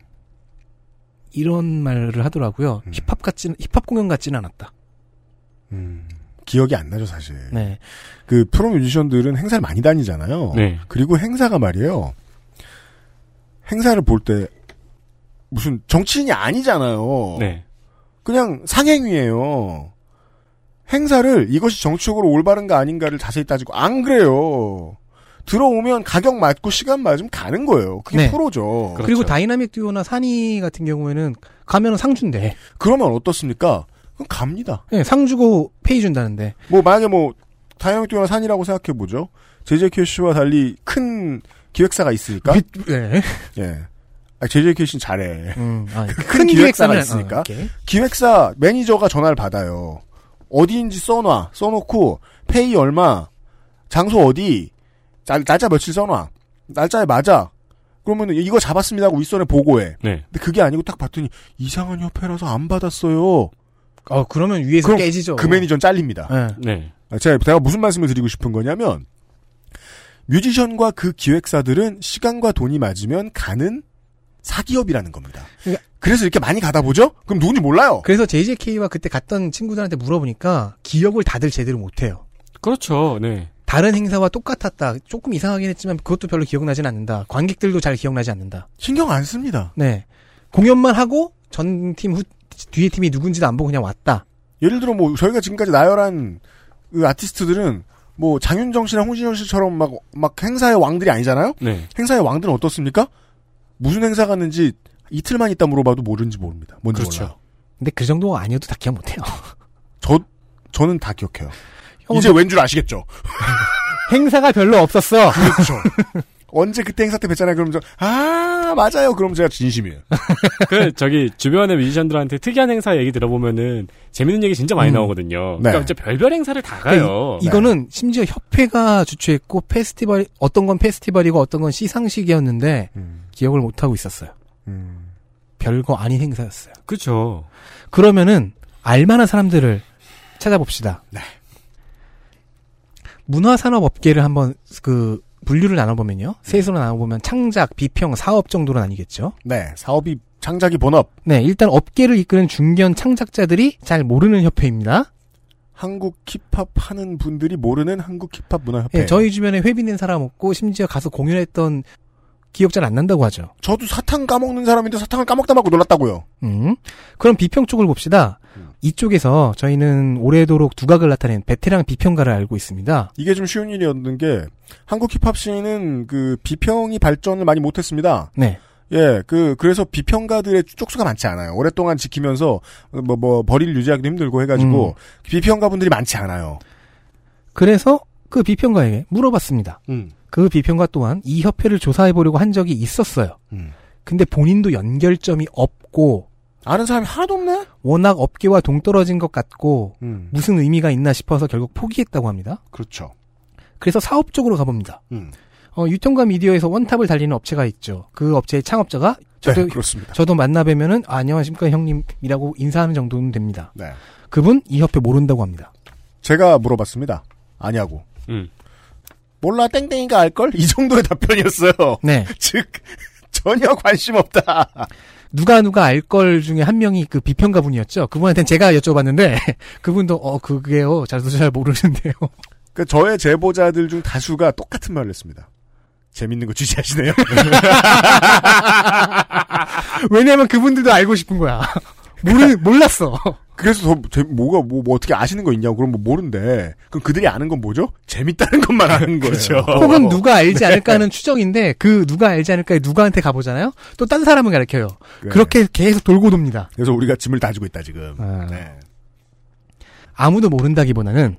이런 말을 하더라고요. 음. 힙합 같진 힙합 공연 같진 않았다. 음, 기억이 안 나죠, 사실. 네. 그 프로 뮤지션들은 행사를 많이 다니잖아요. 네. 그리고 행사가 말이에요. 행사를 볼 때 무슨 정치인이 아니잖아요. 네. 그냥 상행위예요. 행사를 이것이 정치적으로 올바른가 아닌가를 자세히 따지고 안 그래요. 들어오면 가격 맞고 시간 맞으면 가는 거예요. 그게 네. 프로죠. 그리고 다이나믹 듀오나 산이 같은 경우에는 가면은 상 준대. 그, 러면 어떻습니까? 그럼 갑니다. 네, 상 주고 페이 준다는데. 뭐 만약에 뭐 다이나믹 듀오나 산이라고 생각해 보죠. 제제큐 씨와 달리 큰 기획사가 있으니까. 윗- 네. 예. 아, 제제큐 씨는 잘해. 음, 아, 그 큰 기획사가 있으니까. 어, 이렇게. 기획사 매니저가 전화를 받아요. 어디인지 써놔. 써놓고 페이 얼마, 장소 어디, 날, 날짜 며칠 써놔. 날짜에 맞아. 그러면 이거 잡았습니다 하고 윗선에 보고해. 네. 근데 그게 아니고 딱 봤더니 이상한 협회라서 안 받았어요. 어, 그러면 위에서 그럼 깨지죠. 그 매니저는 잘립니다. 예. 네. 아, 제가, 제가 무슨 말씀을 드리고 싶은 거냐면 뮤지션과 그 기획사들은 시간과 돈이 맞으면 가는 사기업이라는 겁니다. 그러니까- 그래서 이렇게 많이 가다 보죠? 그럼 누군지 몰라요. 그래서 JJK와 그때 갔던 친구들한테 물어보니까 기억을 다들 제대로 못해요. 그렇죠. 네. 다른 행사와 똑같았다. 조금 이상하긴 했지만 그것도 별로 기억나진 않는다. 관객들도 잘 기억나지 않는다. 신경 안 씁니다. 네. 공연만 하고 전 팀 후, 뒤에 팀이 누군지도 안 보고 그냥 왔다. 예를 들어 뭐 저희가 지금까지 나열한 그 아티스트들은 뭐 장윤정 씨나 홍진영 씨처럼 막 막 행사의 왕들이 아니잖아요. 네. 행사의 왕들은 어떻습니까? 무슨 행사 갔는지 이틀만 있다 물어봐도 모른지 모릅니다. 뭔지 그렇죠. 몰라요. 근데 그 정도가 아니어도 다 기억 못해요. 저 저는 다 기억해요. 형은 이제 왠 줄 아시겠죠? 행사가 별로 없었어. 그렇죠. 언제 그때 행사 때 뵀잖아요. 그럼 저아 맞아요. 그럼 제가 진심이에요. 그 저기 주변의 뮤지션들한테 특이한 행사 얘기 들어보면은 재밌는 얘기 진짜 많이 음. 나오거든요. 네. 그러니까 진짜 별별 행사를 다 가요. 그러니까 이, 이거는 심지어 협회가 주최했고 페스티벌 어떤 건 페스티벌이고 어떤 건 시상식이었는데 음, 기억을 못 하고 있었어요. 음. 별거 아닌 행사였어요. 그렇죠. 그러면은 알만한 사람들을 찾아봅시다. 네. 문화산업 업계를 한번 그 분류를 나눠보면요. 세수로 나눠보면 창작, 비평, 사업 정도로 나뉘겠죠. 네 사업이 창작이 본업 네, 일단 업계를 이끄는 중견 창작자들이 잘 모르는 협회입니다. 한국 힙합 하는 분들이 모르는 한국 힙합 문화 협회. 예, 저희 주변에 회비낸 사람 없고 심지어 가서 공연했던 기억 잘 안 난다고 하죠. 저도 사탕 까먹는 사람인데 사탕을 까먹다 말고 놀랐다고요. 음. 그럼 비평 쪽을 봅시다. 이쪽에서 저희는 오래도록 두각을 나타낸 베테랑 비평가를 알고 있습니다. 이게 좀 쉬운 일이었는 게 한국 힙합 씬은 그 비평이 발전을 많이 못했습니다. 네. 예, 그 그래서 비평가들의 쪽수가 많지 않아요. 오랫동안 지키면서 뭐 뭐 버리를 유지하기도 힘들고 해가지고 음. 비평가분들이 많지 않아요. 그래서 그 비평가에게 물어봤습니다. 음. 그 비평가 또한 이 협회를 조사해 보려고 한 적이 있었어요. 음. 근데 본인도 연결점이 없고 아는 사람이 하나도 없네. 워낙 업계와 동떨어진 것 같고 음. 무슨 의미가 있나 싶어서 결국 포기했다고 합니다. 그렇죠. 그래서 사업 쪽으로 가봅니다. 음. 어, 유통과 미디어에서 원탑을 달리는 업체가 있죠. 그 업체의 창업자가 저도 네, 그렇습니다. 저도 만나뵈면은 아, 안녕하십니까 형님이라고 인사하는 정도는 됩니다. 네. 그분 이 협회 모른다고 합니다. 제가 물어봤습니다. 아니하고. 음. 몰라 땡땡이가 알걸? 이 정도의 답변이었어요. 네. 즉 전혀 관심 없다. 누가 누가 알 걸 중에 한 명이 그 비평가 분이었죠. 그분한테는 제가 여쭤봤는데 그분도 어 그게요 잘도 잘 모르는데요. 그 저의 제보자들 중 다수가 똑같은 말을 했습니다. 재밌는 거 주시하시네요. 왜냐하면 그분들도 알고 싶은 거야. 모르 몰랐어. 그래서 더 재- 뭐가 뭐, 뭐 어떻게 아시는 거 있냐고 그럼 뭐 모른데 그럼 그들이 아는 건 뭐죠? 재밌다는 것만 아는 거예요. 어. 혹은 누가 알지 네. 않을까 하는 추정인데 그 누가 알지 않을까에 누가한테 가보잖아요. 또 딴 사람을 가르쳐요. 네. 그렇게 계속 돌고 돕니다. 그래서 우리가 짐을 다지고 있다 지금. 네. 아무도 모른다기보다는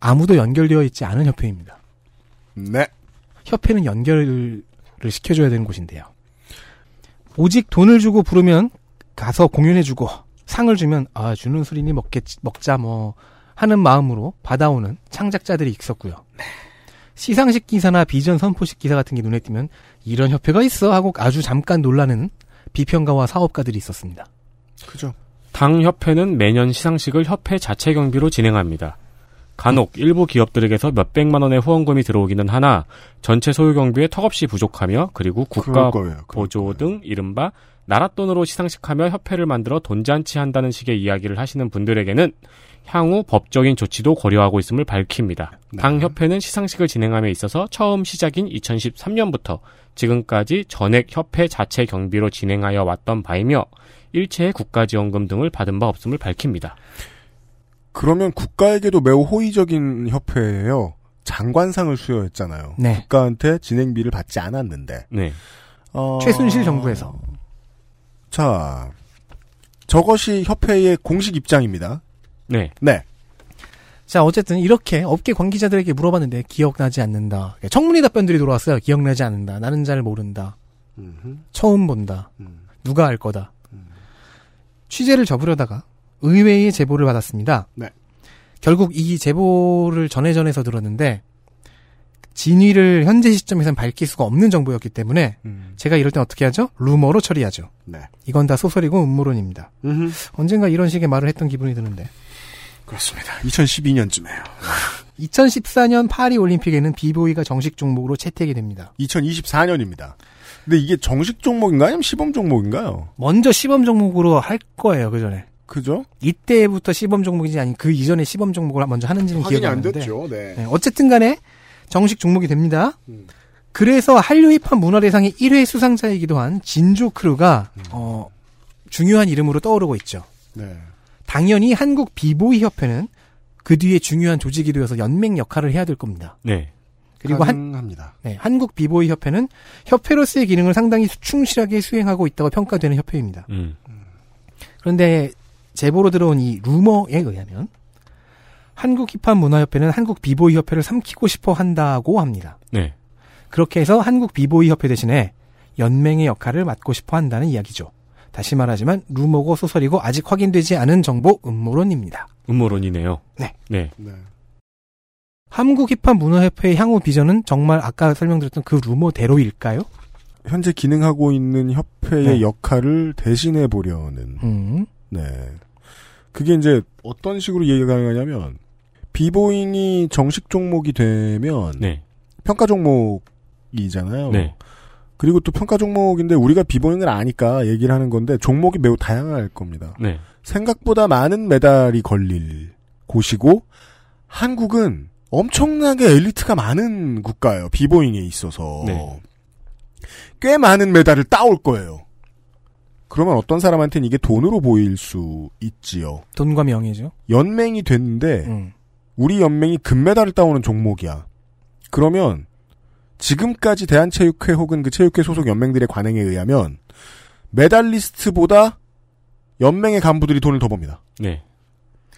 아무도 연결되어 있지 않은 협회입니다. 네. 협회는 연결을 시켜줘야 되는 곳인데요. 오직 돈을 주고 부르면 가서 공연해주고 상을 주면 아 주는 술이니 먹겠 먹자 뭐 하는 마음으로 받아오는 창작자들이 있었고요. 시상식 기사나 비전 선포식 기사 같은 게 눈에 띄면 이런 협회가 있어 하고 아주 잠깐 놀라는 비평가와 사업가들이 있었습니다. 그죠. 당 협회는 매년 시상식을 협회 자체 경비로 진행합니다. 간혹 일부 기업들에게서 몇백만 원의 후원금이 들어오기는 하나 전체 소요 경비에 턱없이 부족하며 그리고 그럴 국가 거예요. 보조 등 이른바 나랏돈으로 시상식하며 협회를 만들어 돈잔치 한다는 식의 이야기를 하시는 분들에게는 향후 법적인 조치도 고려하고 있음을 밝힙니다. 당 협회는 시상식을 진행함에 있어서 처음 시작인 2013년부터 지금까지 전액 협회 자체 경비로 진행하여 왔던 바이며 일체의 국가지원금 등을 받은 바 없음을 밝힙니다. 그러면 국가에게도 매우 호의적인 협회예요. 장관상을 수여했잖아요. 네. 국가한테 진행비를 받지 않았는데. 네. 어, 최순실 정부에서 자, 저것이 협회의 공식 입장입니다. 네. 네. 자 어쨌든 이렇게 업계 관계자들에게 물어봤는데 기억나지 않는다. 청문회 답변들이 돌아왔어요. 기억나지 않는다. 나는 잘 모른다. 처음 음. 본다. 누가 알 거다. 취재를 접으려다가 의외의 제보를 받았습니다. 네. 결국 이 제보를 전해 전해서 들었는데 진위를 현재 시점에선 밝힐 수가 없는 정보였기 때문에 음, 제가 이럴 땐 어떻게 하죠? 루머로 처리하죠. 네. 이건 다 소설이고 음모론입니다. 언젠가 이런 식의 말을 했던 기분이 드는데. 그렇습니다. 2012년쯤에요. 2014년 파리 올림픽에는 비보이가 정식 종목으로 채택이 됩니다. 2024년입니다. 근데 이게 정식 종목인가요? 아니면 시범 종목인가요? 먼저 시범 종목으로 할 거예요, 그 전에. 그죠? 이때부터 시범 종목인지 아니 그 이전에 시범 종목을 먼저 하는지는 기억이 안 나는데. 네. 네, 어쨌든 간에 정식 종목이 됩니다. 그래서 한류 힙합 문화대상의 1회 수상자이기도 한 진조 크루가 어, 중요한 이름으로 떠오르고 있죠. 네. 당연히 한국 비보이 협회는 그 뒤에 중요한 조직이 되어서 연맹 역할을 해야 될 겁니다. 네. 그리고 한 합니다. 네, 한국 비보이 협회는 협회로서의 기능을 상당히 충실하게 수행하고 있다고 평가되는 협회입니다. 음. 그런데 제보로 들어온 이 루머에 의하면 한국 힙합 문화협회는 한국 비보이 협회를 삼키고 싶어 한다고 합니다. 네. 그렇게 해서 한국 비보이 협회 대신에 연맹의 역할을 맡고 싶어 한다는 이야기죠. 다시 말하지만 루머고 소설이고 아직 확인되지 않은 정보 음모론입니다. 음모론이네요. 네. 네. 한국 힙합 문화협회의 향후 비전은 정말 아까 설명드렸던 그 루머대로일까요? 현재 기능하고 있는 협회의 네. 역할을 대신해 보려는 음. 네. 그게 이제 어떤 식으로 얘기가 가능하냐면 비보잉이 정식 종목이 되면 네. 평가 종목이잖아요. 네. 그리고 또 평가 종목인데 우리가 비보잉을 아니까 얘기를 하는 건데 종목이 매우 다양할 겁니다. 네. 생각보다 많은 메달이 걸릴 곳이고 한국은 엄청나게 엘리트가 많은 국가예요. 비보잉에 있어서. 네. 꽤 많은 메달을 따올 거예요. 그러면 어떤 사람한테는 이게 돈으로 보일 수 있지요. 돈과 명예죠. 연맹이 됐는데 음. 우리 연맹이 금메달을 따오는 종목이야. 그러면 지금까지 대한체육회 혹은 그 체육회 소속 연맹들의 관행에 의하면 메달리스트보다 연맹의 간부들이 돈을 더 봅니다. 네.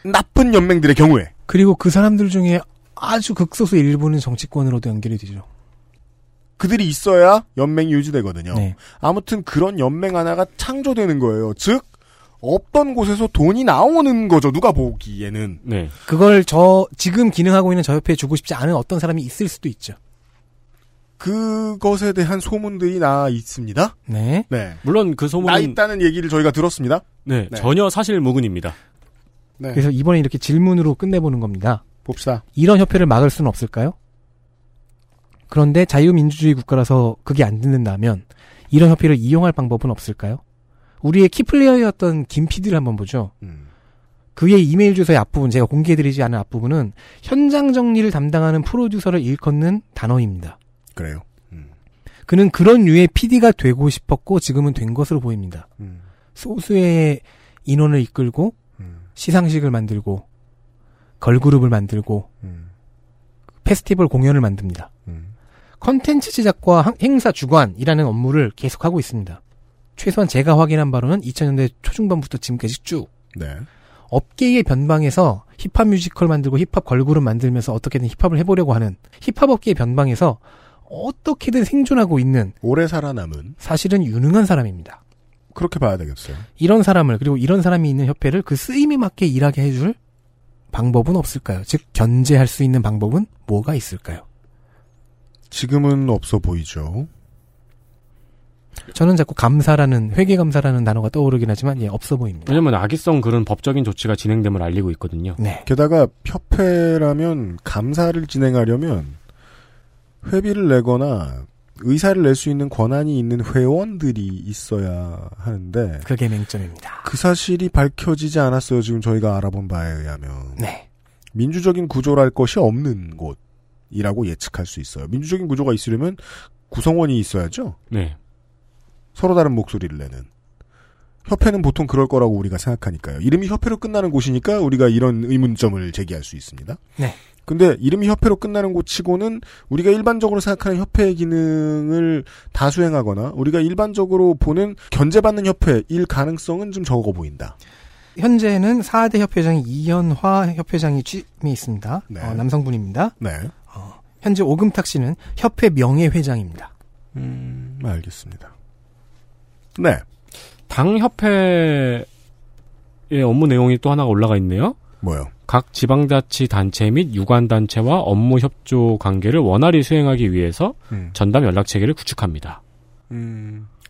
나쁜 연맹들의 경우에 그리고 그 사람들 중에 아주 극소수 일부는 정치권으로도 연결이 되죠. 그들이 있어야 연맹이 유지되거든요. 네. 아무튼 그런 연맹 하나가 창조되는 거예요. 즉 없던 곳에서 돈이 나오는 거죠. 누가 보기에는. 네. 그걸 저 지금 기능하고 있는 저 협회에 주고 싶지 않은 어떤 사람이 있을 수도 있죠. 그것에 대한 소문들이 나 있습니다. 네. 네. 물론 그 소문은 나 있다는 얘기를 저희가 들었습니다. 네, 네. 전혀 사실 무근입니다. 네. 그래서 이번에 이렇게 질문으로 끝내보는 겁니다. 봅시다. 이런 협회를 막을 수는 없을까요? 그런데 자유민주주의 국가라서 그게 안 듣는다면 이런 협회를 이용할 방법은 없을까요? 우리의 키플레이어였던 김 PD를 한번 보죠. 음, 그의 이메일 주소의 앞부분, 제가 공개해드리지 않은 앞부분은 현장 정리를 담당하는 프로듀서를 일컫는 단어입니다. 그래요. 그는 그런 류의 PD가 되고 싶었고 지금은 된 것으로 보입니다. 음. 소수의 인원을 이끌고 시상식을 만들고 걸그룹을 만들고 페스티벌 공연을 만듭니다. 컨텐츠 제작과 항- 행사 주관이라는 업무를 계속하고 있습니다. 최소한 제가 확인한 바로는 2000년대 초중반부터 지금까지 쭉 네. 업계의 변방에서 힙합 뮤지컬 만들고 힙합 걸그룹 만들면서 어떻게든 힙합을 해보려고 하는 힙합 업계의 변방에서 어떻게든 생존하고 있는 오래 살아남은 사실은 유능한 사람입니다. 그렇게 봐야 되겠어요. 이런 사람을 그리고 이런 사람이 있는 협회를 그 쓰임에 맞게 일하게 해줄 방법은 없을까요? 즉 견제할 수 있는 방법은 뭐가 있을까요? 지금은 없어 보이죠. 저는 자꾸 감사라는 회계 감사라는 단어가 떠오르긴 하지만 예 없어 보입니다. 왜냐면 악의성 그런 법적인 조치가 진행됨을 알리고 있거든요. 네. 게다가 협회라면 감사를 진행하려면 회비를 내거나 의사를 낼 수 있는 권한이 있는 회원들이 있어야 하는데 그게 맹점입니다. 그 사실이 밝혀지지 않았어요. 지금 저희가 알아본 바에 의하면 네. 민주적인 구조랄 것이 없는 곳이라고 예측할 수 있어요. 민주적인 구조가 있으려면 구성원이 있어야죠. 네. 서로 다른 목소리를 내는. 협회는 보통 그럴 거라고 우리가 생각하니까요. 이름이 협회로 끝나는 곳이니까 우리가 이런 의문점을 제기할 수 있습니다. 네. 근데 이름이 협회로 끝나는 곳 치고는 우리가 일반적으로 생각하는 협회의 기능을 다 수행하거나 우리가 일반적으로 보는 견제받는 협회일 가능성은 좀 적어 보인다. 현재는 4대 협회장이 이현화 협회장이 취임이 있습니다. 어, 남성분입니다. 네. 현재 오금탁 씨는 협회 명예회장입니다. 음, 알겠습니다. 네. 당협회의 업무 내용이 또 하나가 올라가 있네요. 뭐요? 각 지방자치 단체 및 유관 단체와 업무 협조 관계를 원활히 수행하기 위해서 음. 전담 연락 체계를 구축합니다.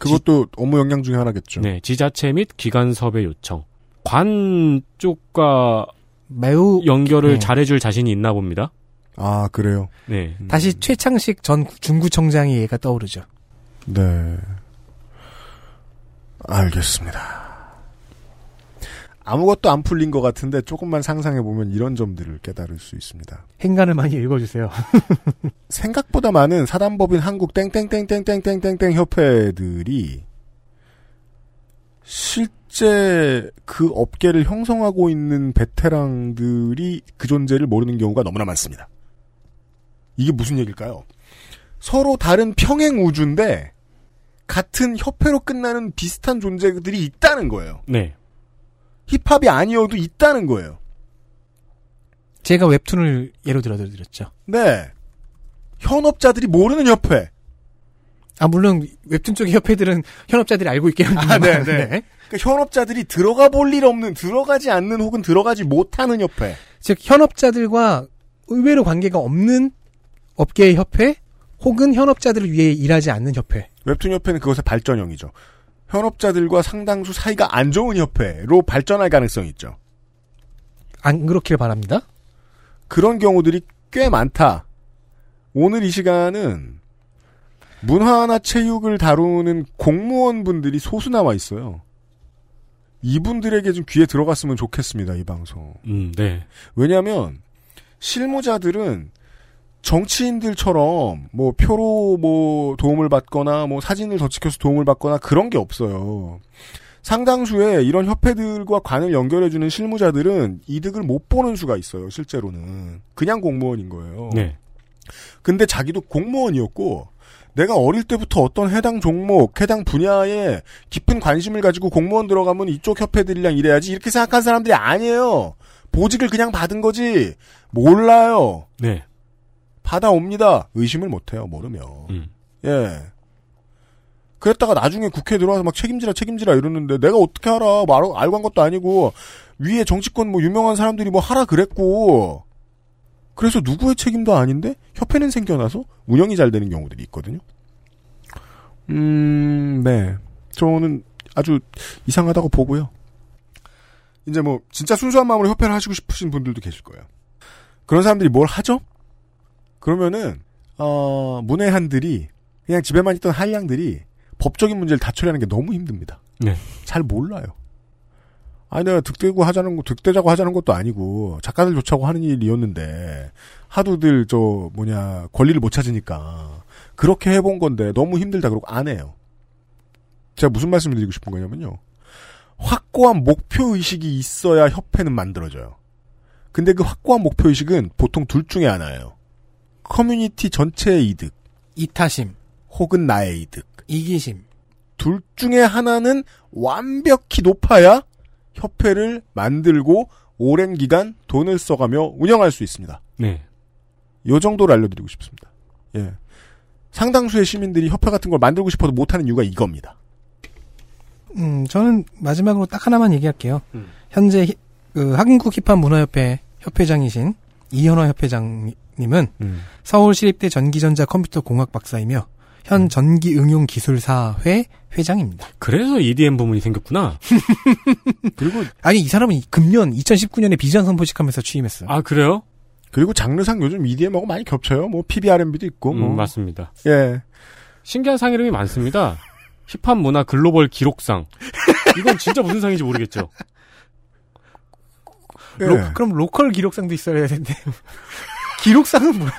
그것도 업무 역량 중에 하나겠죠. 네, 지자체 및 기관 섭외 요청. 관 쪽과 매우 연결을 네. 잘해줄 자신이 있나 봅니다. 아, 그래요? 네. 다시 최창식 전 중구청장의 얘가 떠오르죠. 네. 알겠습니다. 아무것도 안 풀린 것 같은데 조금만 상상해보면 이런 점들을 깨달을 수 있습니다. 행간을 많이 읽어주세요. 생각보다 많은 사단법인 한국 땡땡땡땡땡땡땡땡 협회들이 실제 그 업계를 형성하고 있는 베테랑들이 그 존재를 모르는 경우가 너무나 많습니다. 이게 무슨 얘기일까요? 서로 다른 평행 우주인데 같은 협회로 끝나는 비슷한 존재들이 있다는 거예요. 네. 힙합이 아니어도 있다는 거예요. 제가 웹툰을 예로 들어드렸죠. 네. 현업자들이 모르는 협회. 아 물론 웹툰 쪽의 협회들은 현업자들이 알고 있게 하는 아, 네, 네. 그러니까 현업자들이 들어가 볼 일 없는, 들어가지 않는 혹은 들어가지 못하는 협회. 즉 현업자들과 의외로 관계가 없는 업계의 협회 혹은 현업자들을 위해 일하지 않는 협회. 웹툰 협회는 그것의 발전형이죠. 현업자들과 상당수 사이가 안 좋은 협회로 발전할 가능성이 있죠. 안 그렇길 바랍니다. 그런 경우들이 꽤 많다. 오늘 이 시간은 문화나 체육을 다루는 공무원분들이 소수 나와 있어요. 이분들에게 좀 귀에 들어갔으면 좋겠습니다, 이 방송. 음, 네. 왜냐하면 실무자들은 정치인들처럼 뭐 표로 뭐 도움을 받거나 뭐 사진을 더 찍혀서 도움을 받거나 그런 게 없어요. 상당수의 이런 협회들과 관을 연결해주는 실무자들은 이득을 못 보는 수가 있어요, 실제로는. 그냥 공무원인 거예요. 네. 근데 자기도 공무원이었고, 내가 어릴 때부터 어떤 해당 종목, 해당 분야에 깊은 관심을 가지고 공무원 들어가면 이쪽 협회들이랑 일해야지, 이렇게 생각한 사람들이 아니에요. 보직을 그냥 받은 거지. 몰라요. 네. 받아옵니다. 의심을 못해요, 모르면. 예. 그랬다가 나중에 국회에 들어와서 막 책임지라 책임지라 이러는데 내가 어떻게 알아? 말, 알고 한 것도 아니고 위에 정치권 뭐 유명한 사람들이 뭐 하라 그랬고 그래서 누구의 책임도 아닌데 협회는 생겨나서 운영이 잘 되는 경우들이 있거든요. 음, 네. 저는 아주 이상하다고 보고요. 이제 뭐 진짜 순수한 마음으로 협회를 하시고 싶으신 분들도 계실 거예요. 그런 사람들이 뭘 하죠? 그러면은 어, 문외한들이 그냥 집에만 있던 한량들이 법적인 문제를 다 처리하는 게 너무 힘듭니다. 네. 잘 몰라요. 아니 내가 득대고 하자는 거 득대자고 하자는 것도 아니고 작가들 좋자고 하는 일이었는데 하도들 저 뭐냐 권리를 못 찾으니까 그렇게 해본 건데 너무 힘들다 그러고 안 해요. 제가 무슨 말씀을 드리고 싶은 거냐면요. 확고한 목표 의식이 있어야 협회는 만들어져요. 근데 그 확고한 목표 의식은 보통 둘 중에 하나예요. 커뮤니티 전체의 이득. 이타심. 혹은 나의 이득. 이기심. 둘 중에 하나는 완벽히 높아야 협회를 만들고 오랜 기간 돈을 써가며 운영할 수 있습니다. 네. 요 정도를 알려드리고 싶습니다. 예. 상당수의 시민들이 협회 같은 걸 만들고 싶어도 못하는 이유가 이겁니다. 음, 저는 마지막으로 딱 하나만 얘기할게요. 음. 현재 히- 그 한국 힙합 문화협회 협회장이신 이현화 협회장님은 서울시립대 전기전자 컴퓨터 공학 박사이며 현 전기응용기술사회 회장입니다. 그래서 EDM 부문이 생겼구나. 그리고 아니 이 사람은 금년 2019년에 비전 선포식하면서 취임했어요. 아 그래요? 그리고 장르상 요즘 EDM하고 많이 겹쳐요. 뭐 PBRMB도 있고 뭐. 음, 맞습니다. 예. 신기한 상 이름이 많습니다. 힙합 문화 글로벌 기록상. 이건 진짜 무슨 상인지 모르겠죠. 예. 로- 그럼 로컬 기록상도 있어야 되는데 기록상은 뭐야?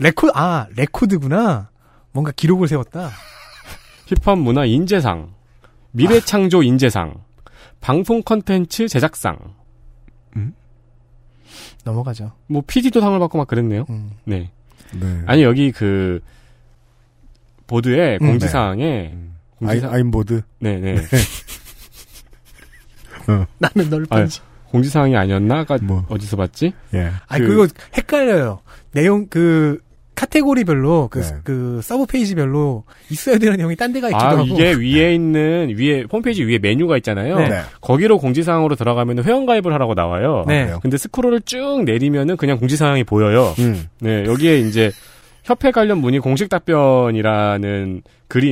레코드 아 레코드구나. 뭔가 기록을 세웠다. 힙합 문화 인재상. 아. 미래 창조 인재상. 방송 컨텐츠 제작상. 넘어가죠. 뭐 PD도 상을 받고 막 그랬네요. 음. 네. 네. 아니 여기 그 보드에 음, 공지사항에 아이, 공지사 아임보드. 네네 나는 널 아, 반지. 공지사항이 아니었나가 뭐. 어디서 봤지? 예. 아, 그- 그, 그거 헷갈려요. 내용 그 카테고리별로 그, 네. 그 서브 페이지별로 있어야 되는 내용이 딴 데가 있기도 아 하고. 이게 위에 있는 위에 홈페이지 위에 메뉴가 그 있잖아요. 네. 거기로 공지사항으로 들어가면 회원가입을 하라고 나와요. 네. 그래요? 근데 스크롤을 쭉 내리면은 그냥 공지사항이 보여요. 음. 네 여기에 이제 협회 관련 문의 공식 답변이라는 글이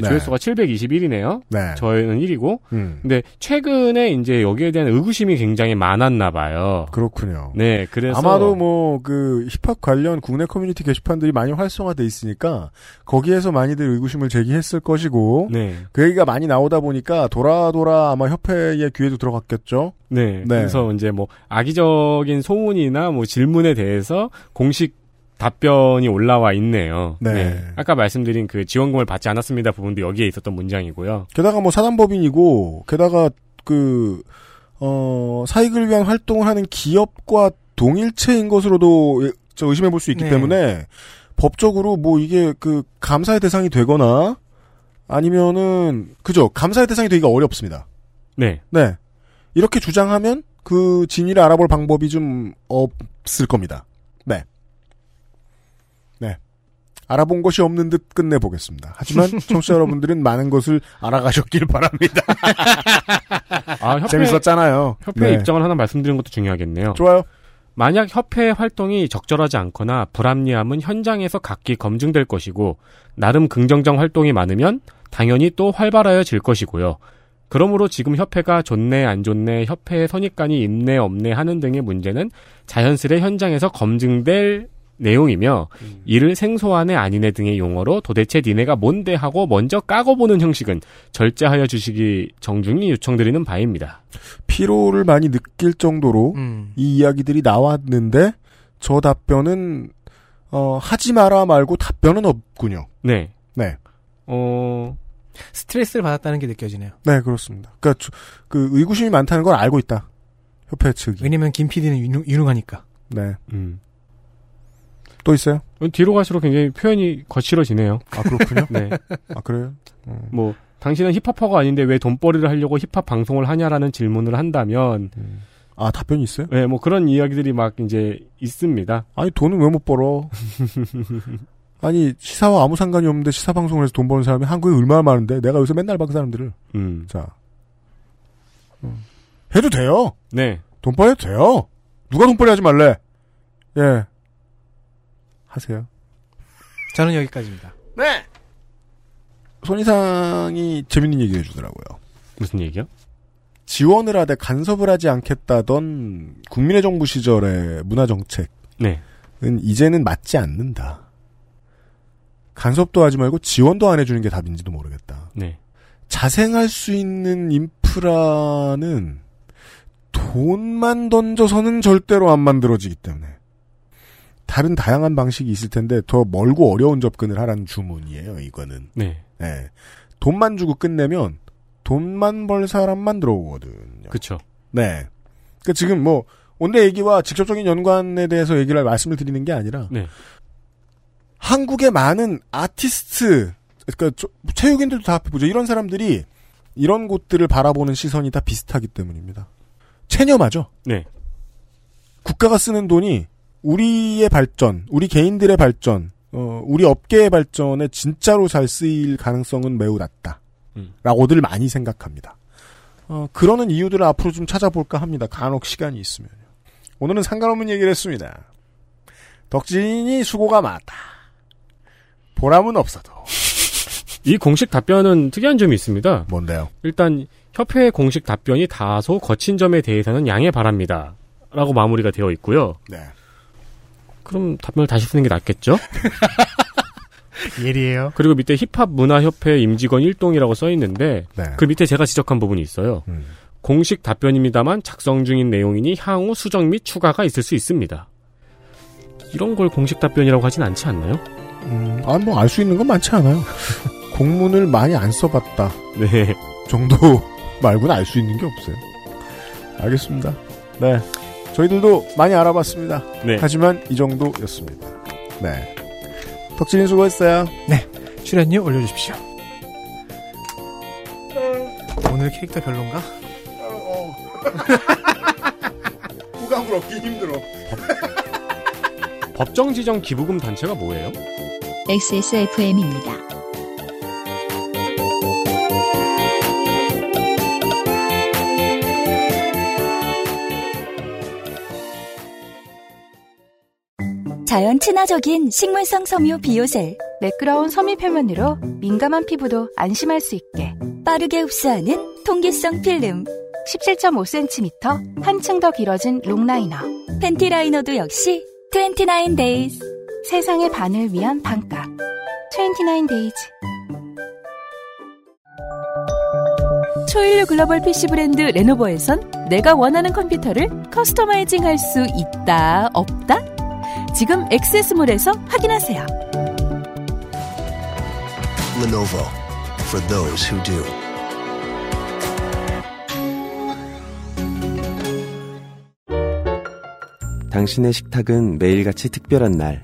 네. 조회수가 721이네요. 네. 저희는 1이고 음. 근데 최근에 이제 여기에 대한 의구심이 굉장히 많았나 봐요. 그렇군요. 네, 그래서 아마도 뭐 그 힙합 관련 국내 커뮤니티 게시판들이 많이 활성화돼 있으니까 거기에서 많이들 의구심을 제기했을 것이고 네, 그 얘기가 많이 나오다 보니까 돌아돌아 아마 협회의 귀에도 들어갔겠죠. 네, 네. 그래서 이제 뭐 악의적인 소문이나 뭐 질문에 대해서 공식 답변이 올라와 있네요. 네. 아까 말씀드린 그 지원금을 받지 않았습니다 부분도 여기에 있었던 문장이고요. 게다가 뭐 사단법인이고 게다가 그 어, 사익을 위한 활동을 하는 기업과 동일체인 것으로도 의- 저 의심해 볼 수 있기 네. 때문에 법적으로 뭐 이게 그 감사의 대상이 되거나 아니면은 그죠 감사의 대상이 되기가 어렵습니다. 네, 네. 이렇게 주장하면 그 진위를 알아볼 방법이 좀 없을 겁니다. 네. 네. 알아본 것이 없는 듯 끝내보겠습니다. 하지만 청취자 여러분들은 많은 것을 알아가셨길 바랍니다. 아 협회 재밌었잖아요. 네. 협회 네. 입장을 하나 말씀드리는 것도 중요하겠네요. 좋아요. 만약 협회의 활동이 적절하지 않거나 불합리함은 현장에서 각기 검증될 것이고 나름 긍정적 활동이 많으면 당연히 또 활발하여질 것이고요. 그러므로 지금 협회가 좋네 안 좋네 협회의 선입관이 있네 없네 하는 등의 문제는 자연스레 현장에서 검증될 내용이며 이를 생소하네 아니네 등의 용어로 도대체 니네가 뭔데 하고 먼저 까고 보는 형식은 절제하여 주시기 정중히 요청드리는 바입니다. 피로를 많이 느낄 정도로 음. 이 이야기들이 나왔는데 저 답변은 어, 하지 마라 말고 답변은 없군요. 네. 네. 어, 스트레스를 받았다는 게 느껴지네요. 네, 그렇습니다. 그러니까 저- 그 의구심이 많다는 걸 알고 있다. 협회 측이. 왜냐면 김 PD는 유능, 하니까 네. 음. 또 있어요? 뒤로 갈수록 굉장히 표현이 거칠어지네요. 아, 그렇군요. 네. 아, 그래요? 음. 뭐, 당신은 힙합퍼가 아닌데 왜 돈벌이를 하려고 힙합 방송을 하냐라는 질문을 한다면. 아, 답변이 있어요? 네, 뭐 그런 이야기들이 막 이제 있습니다. 아니, 돈은 왜 못 벌어? 아니, 시사와 아무 상관이 없는데 시사 방송을 해서 돈 버는 사람이 한국에 얼마나 많은데 내가 요새 맨날 봐, 그 사람들을. 음. 자. 음. 해도 돼요. 네. 돈벌이 해도 돼요. 누가 돈벌이 하지 말래. 예. 하세요. 저는 여기까지입니다. 네. 손이상이 재밌는 얘기 해주더라고요. 무슨 얘기요? 지원을 하되 간섭을 하지 않겠다던 국민의 정부 시절의 문화 정책은 네. 이제는 맞지 않는다. 간섭도 하지 말고 지원도 안 해주는 게 답인지도 모르겠다. 네. 자생할 수 있는 인프라는 돈만 던져서는 절대로 안 만들어지기 때문에 다른 다양한 방식이 있을 텐데 더 멀고 어려운 접근을 하라는 주문이에요. 이거는 네. 예. 돈만 주고 끝내면 돈만 벌 사람만 들어오거든요. 그쵸. 네. 그 지금 뭐 온대 얘기와 직접적인 연관에 대해서 얘기를 할- 말씀을 드리는 게 아니라 네. 한국의 많은 아티스트 그러니까 저- 체육인들도 다 합해보죠. 이런 사람들이 이런 곳들을 바라보는 시선이 다 비슷하기 때문입니다. 체념하죠. 네. 국가가 쓰는 돈이 우리의 발전, 우리 개인들의 발전, 어, 우리 업계의 발전에 진짜로 잘 쓰일 가능성은 매우 낮다. 음. 라고들 많이 생각합니다. 어, 그러는 이유들을 앞으로 좀 찾아볼까 합니다. 간혹 시간이 있으면. 요 오늘은 상관없는 얘기를 했습니다. 덕진이 수고가 많다. 보람은 없어도. 이 공식 답변은 특이한 점이 있습니다. 뭔데요? 일단 협회의 공식 답변이 다소 거친 점에 대해서는 양해 바랍니다. 라고 마무리가 되어 있고요. 네. 그럼 답변을 다시 쓰는 게 낫겠죠? 예리해요. 그리고 밑에 힙합 문화협회 임직원 1동이라고 써 있는데 네. 그 밑에 제가 지적한 부분이 있어요. 공식 답변입니다만 작성 중인 내용이니 향후 수정 및 추가가 있을 수 있습니다. 이런 걸 공식 답변이라고 하진 않지 않나요? 음, 아, 뭐, 알 수 있는 건 많지 않아요. 공문을 많이 안 써봤다. 네. 정도 말고는 알 수 있는 게 없어요. 알겠습니다. 네. 저희들도 많이 알아봤습니다. 네. 하지만 이 정도였습니다. 네. 덕진이 수고했어요. 출연료 올려주십시오. 오늘 캐릭터 별론가? 후감을 얻기 힘들어. 법정 지정 기부금 단체가 뭐예요? XSFM입니다. 자연 친화적인 식물성 섬유 비오셀. 매끄러운 섬유 표면으로 민감한 피부도 안심할 수 있게 빠르게 흡수하는 통기성 필름. 17.5cm 한층 더 길어진 롱라이너 팬티 라이너도 역시 29 days. 세상의 반을 위한 반값 29 days 초일류 글로벌 PC 브랜드 레노버에선 내가 원하는 컴퓨터를 커스터마이징 할 수 있다, 없다? 지금 액세스몰에서 확인하세요. Lenovo for those who do. 당신의 식탁은 매일같이 특별한 날.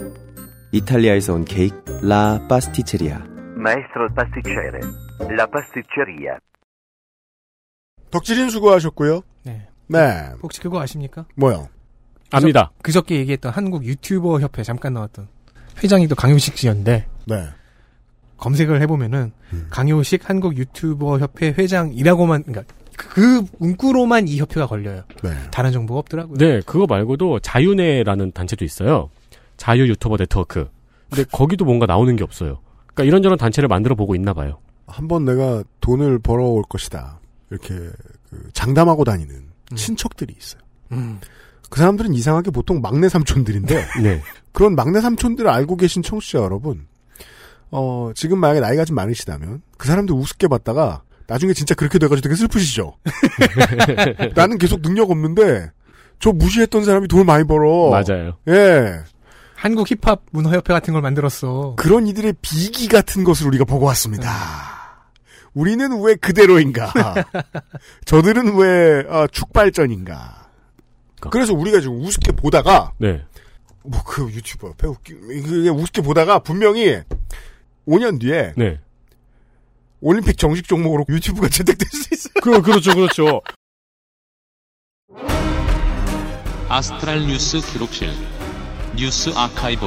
이탈리아에서 온 케이크 라 파스티체리아. Maestro il pasticcere. La pasticceria. 덕진이 수고하셨고요. 네. 네. 혹시 그거 아십니까? 뭐요? 압니다. 그저, 그저께 얘기했던 한국 유튜버 협회 잠깐 나왔던 회장이 또 강효식 씨였는데 네. 검색을 해보면은 음. 강효식 한국 유튜버 협회 회장이라고만 그러니까 그 문구로만 이 협회가 걸려요. 네. 다른 정보가 없더라고요. 네, 그거 말고도 자유네라는 단체도 있어요. 자유 유튜버 네트워크. 근데 거기도 뭔가 나오는 게 없어요. 그러니까 이런저런 단체를 만들어 보고 있나 봐요. 한번 내가 돈을 벌어올 것이다. 이렇게 그 장담하고 다니는 친척들이 있어요. 음. 그 사람들은 이상하게 보통 막내 삼촌들인데 네. 그런 막내 삼촌들을 알고 계신 청취자 여러분, 어, 지금 만약에 나이가 좀 많으시다면 그 사람들 우습게 봤다가 나중에 진짜 그렇게 돼가지고 되게 슬프시죠. 나는 계속 능력 없는데 저 무시했던 사람이 돈을 많이 벌어. 맞아요. 예. 한국 힙합 문화협회 같은 걸 만들었어. 그런 이들의 비기 같은 것을 우리가 보고 왔습니다. 우리는 왜 그대로인가? 저들은 왜 아, 축발전인가? 그래서 우리가 지금 우습게 보다가 네. 뭐 그 유튜버 배우 그게 우습게 보다가 분명히 5년 뒤에 네. 올림픽 정식 종목으로 유튜브가 채택될 수 있어요. 그 그렇죠 그렇죠. 아스트랄 뉴스 기록실 뉴스 아카이브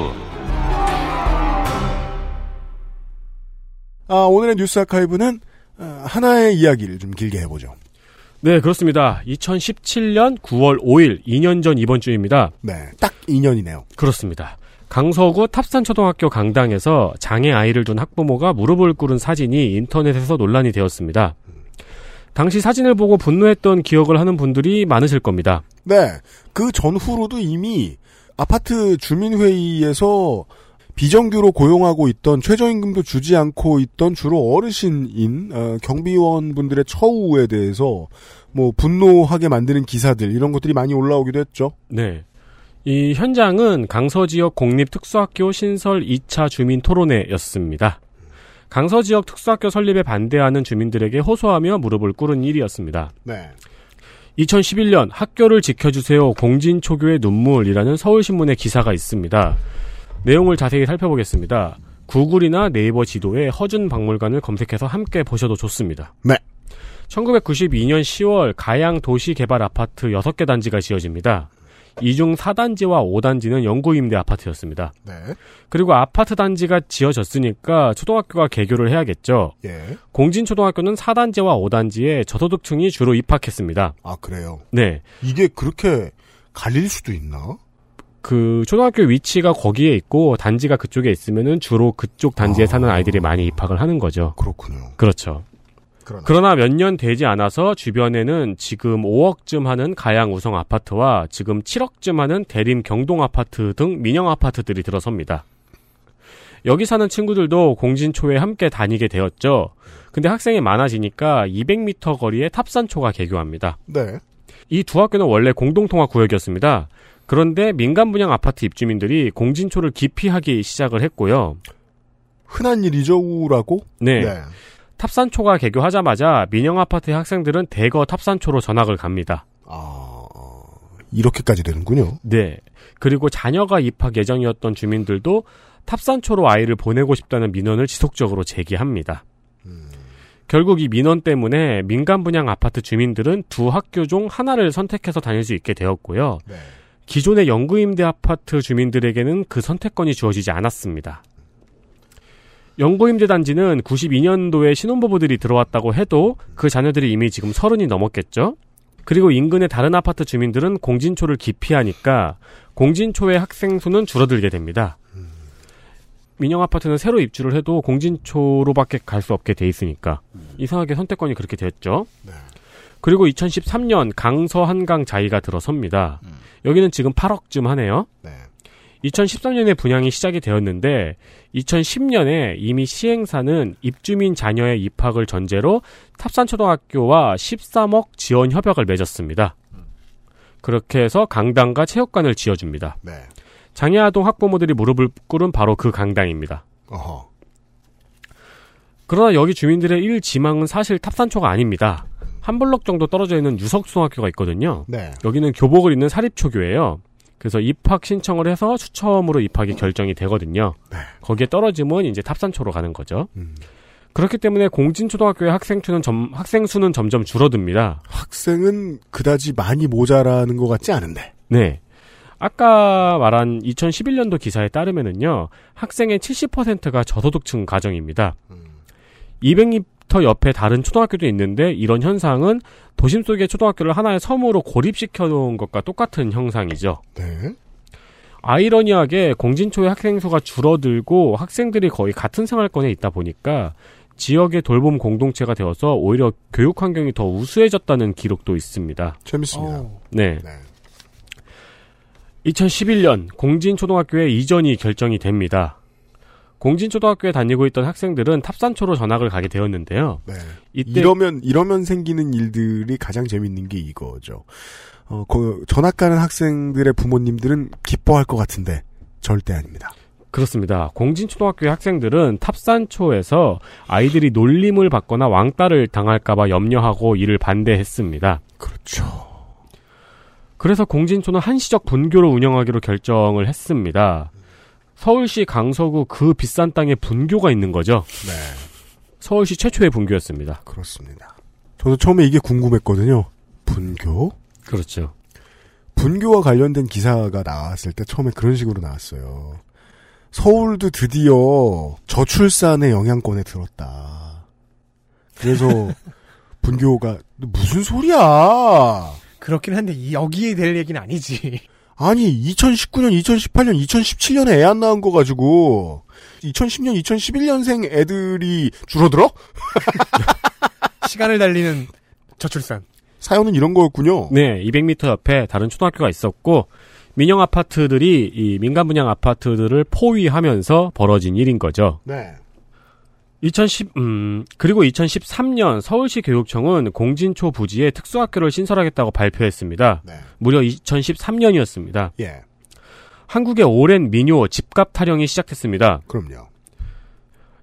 아, 오늘의 뉴스 아카이브는 어, 하나의 이야기를 좀 길게 해보죠. 네, 그렇습니다. 2017년 9월 5일, 2년 전 이번 주입니다. 네, 딱 2년이네요. 그렇습니다. 강서구 탑산초등학교 강당에서 장애 아이를 둔 학부모가 무릎을 꿇은 사진이 인터넷에서 논란이 되었습니다. 당시 사진을 보고 분노했던 기억을 하는 분들이 많으실 겁니다. 네, 그 전후로도 이미 아파트 주민회의에서 비정규로 고용하고 있던 최저임금도 주지 않고 있던 주로 어르신인 어, 경비원분들의 처우에 대해서 뭐 분노하게 만드는 기사들 이런 것들이 많이 올라오기도 했죠. 네. 이 현장은 강서 지역 공립 특수학교 신설 2차 주민 토론회였습니다. 강서 지역 특수학교 설립에 반대하는 주민들에게 호소하며 무릎을 꿇은 일이었습니다. 네. 2011년 학교를 지켜주세요 공진 초교의 눈물이라는 서울신문의 기사가 있습니다. 내용을 자세히 살펴보겠습니다. 구글이나 네이버 지도에 허준 박물관을 검색해서 함께 보셔도 좋습니다. 네. 1992년 10월 가양 도시 개발 아파트 6개 단지가 지어집니다. 이 중 4단지와 5단지는 영구 임대 아파트였습니다. 네. 그리고 아파트 단지가 지어졌으니까 초등학교가 개교를 해야겠죠. 예. 공진 초등학교는 4단지와 5단지에 저소득층이 주로 입학했습니다. 아 그래요. 네. 이게 그렇게 갈릴 수도 있나? 그 초등학교 위치가 거기에 있고 단지가 그쪽에 있으면은 주로 그쪽 단지에 사는 아이들이 많이 입학을 하는 거죠. 그렇군요. 그렇죠. 그러나, 몇 년 되지 않아서 주변에는 지금 5억쯤 하는 가양 우성 아파트와 지금 7억쯤 하는 대림 경동 아파트 등 민영 아파트들이 들어섭니다. 여기 사는 친구들도 공진초에 함께 다니게 되었죠. 근데 학생이 많아지니까 200m 거리에 탑산초가 개교합니다. 네. 이 두 학교는 원래 공동통화 구역이었습니다. 그런데 민간 분양 아파트 입주민들이 공진초를 기피하기 시작을 했고요. 흔한 일이죠, 우라고? 네. 탑산초가 개교하자마자 민영 아파트 학생들은 대거 탑산초로 전학을 갑니다. 아, 이렇게까지 되는군요. 네. 그리고 자녀가 입학 예정이었던 주민들도 탑산초로 아이를 보내고 싶다는 민원을 지속적으로 제기합니다. 결국 이 민원 때문에 민간 분양 아파트 주민들은 두 학교 중 하나를 선택해서 다닐 수 있게 되었고요. 네. 기존의 영구임대 아파트 주민들에게는 그 선택권이 주어지지 않았습니다. 영구임대 단지는 92년도에 신혼부부들이 들어왔다고 해도 그 자녀들이 이미 지금 서른이 넘었겠죠? 그리고 인근의 다른 아파트 주민들은 공진초를 기피하니까 공진초의 학생 수는 줄어들게 됩니다. 민영 아파트는 새로 입주를 해도 공진초로밖에 갈 수 없게 돼 있으니까 이상하게 선택권이 그렇게 됐죠. 그리고 2013년 강서 한강 자이가 들어섭니다. 여기는 지금 8억쯤 하네요. 2013년에 분양이 시작이 되었는데 2010년에 이미 시행사는 입주민 자녀의 입학을 전제로 탑산초등학교와 13억 지원 협약을 맺었습니다. 그렇게 해서 강당과 체육관을 지어줍니다. 네. 장애아동 학부모들이 무릎을 꿇은 바로 그 강당입니다. 어허. 그러나 여기 주민들의 일 지망은 사실 탑산초가 아닙니다. 한 블럭 정도 떨어져 있는 유석초등학교가 있거든요. 네. 여기는 교복을 입는 사립초교예요. 그래서 입학 신청을 해서 추첨으로 입학이 결정이 되거든요. 거기에 떨어지면 이제 탑산초로 가는 거죠. 그렇기 때문에 공진초등학교의 학생 수는 점, 학생 수는 점점 줄어듭니다. 학생은 그다지 많이 모자라는 것 같지 않은데. 네. 아까 말한 2011년도 기사에 따르면은요, 학생의 70%가 저소득층 가정입니다. 200m 옆에 다른 초등학교도 있는데 이런 현상은 도심 속의 초등학교를 하나의 섬으로 고립시켜 놓은 것과 똑같은 형상이죠. 네. 아이러니하게 공진초의 학생 수가 줄어들고 학생들이 거의 같은 생활권에 있다 보니까 지역의 돌봄 공동체가 되어서 오히려 교육 환경이 더 우수해졌다는 기록도 있습니다. 재밌습니다. 네. 2011년 공진초등학교의 이전이 결정이 됩니다. 공진초등학교에 다니고 있던 학생들은 탑산초로 전학을 가게 되었는데요. 네. 이때- 이러면 이러면 생기는 일들이 가장 재밌는 게 이거죠. 어, 그 전학 가는 학생들의 부모님들은 기뻐할 것 같은데 절대 아닙니다. 그렇습니다. 공진초등학교의 학생들은 탑산초에서 아이들이 놀림을 받거나 왕따를 당할까봐 염려하고 이를 반대했습니다. 그렇죠. 그래서 공진초는 한시적 분교로 운영하기로 결정을 했습니다. 서울시 강서구 그 비싼 땅에 분교가 있는 거죠. 네. 서울시 최초의 분교였습니다. 그렇습니다. 저도 처음에 이게 궁금했거든요. 분교? 그렇죠. 분교와 관련된 기사가 나왔을 때 처음에 그런 식으로 나왔어요. 서울도 드디어 저출산의 영향권에 들었다. 그래서 분교가 무슨 소리야? 그렇긴 한데 이- 여기에 될 얘기는 아니지. 아니 2019년, 2018년, 2017년에 애 안 낳은 거 가지고 2010년, 2011년생 애들이 줄어들어? 시간을 달리는 저출산. 사연은 이런 거였군요. 네, 200m 옆에 다른 초등학교가 있었고 민영 아파트들이 이 민간 분양 아파트들을 포위하면서 벌어진 일인 거죠. 네. 2010, 음, 그리고 2013년 서울시 교육청은 공진초 부지에 특수학교를 신설하겠다고 발표했습니다. 무려 2013년이었습니다. 네. 예. 한국의 오랜 민요 집값 타령이 시작됐습니다. 그럼요.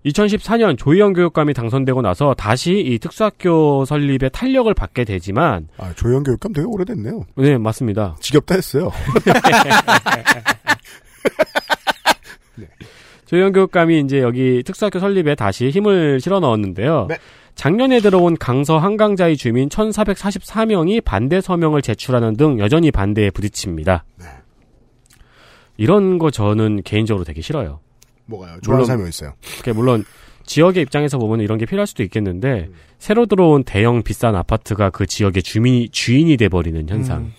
2014년 조희영 교육감이 당선되고 나서 다시 이 특수학교 설립에 탄력을 받게 되지만 아, 조영 교육감 되게 오래됐네요. 네, 맞습니다. 지겹다 했어요. 조영 교육감이 이제 여기 특수학교 설립에 다시 힘을 실어 넣었는데요. 작년에 들어온 강서 한강자의 주민 1,444명이 반대 서명을 제출하는 등 여전히 반대에 부딪힙니다. 이런 거 저는 개인적으로 되게 싫어요. 뭐가요? 좋아하는 사람이 있어요. 그게 물론 지역의 입장에서 보면 이런 게 필요할 수도 있겠는데 새로 들어온 대형 비싼 아파트가 그 지역의 주민이 주인이 돼 버리는 현상.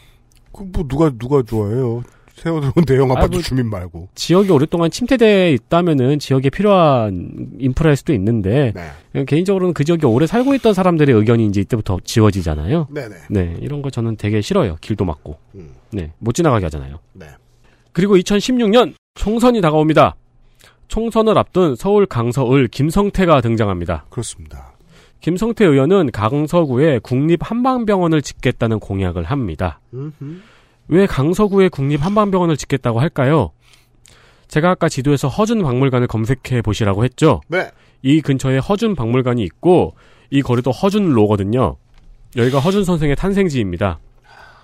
그뭐 누가 누가 좋아해요? 세워놓은 대형 아파트 아, 뭐- 주민 말고. 지역이 오랫동안 침체돼 있다면은 지역에 필요한 인프라일 수도 네. 있는데 개인적으로는 그 지역에 오래 살고 있던 사람들의 의견이 이제 이때부터 지워지잖아요. 네네. 네, 이런 거 저는 되게 싫어요. 길도 막고. 음. 네, 못 지나가게 하잖아요. 네. 그리고 2016년 총선이 다가옵니다. 총선을 앞둔 서울 강서을 김성태가 등장합니다. 그렇습니다. 김성태 의원은 강서구에 국립 한방병원을 짓겠다는 공약을 합니다. 왜 강서구에 국립 한방병원을 짓겠다고 할까요? 제가 아까 지도에서 허준 박물관을 검색해 보시라고 했죠. 네. 이 근처에 허준 박물관이 있고 이 거리도 허준로거든요. 여기가 허준 선생의 탄생지입니다.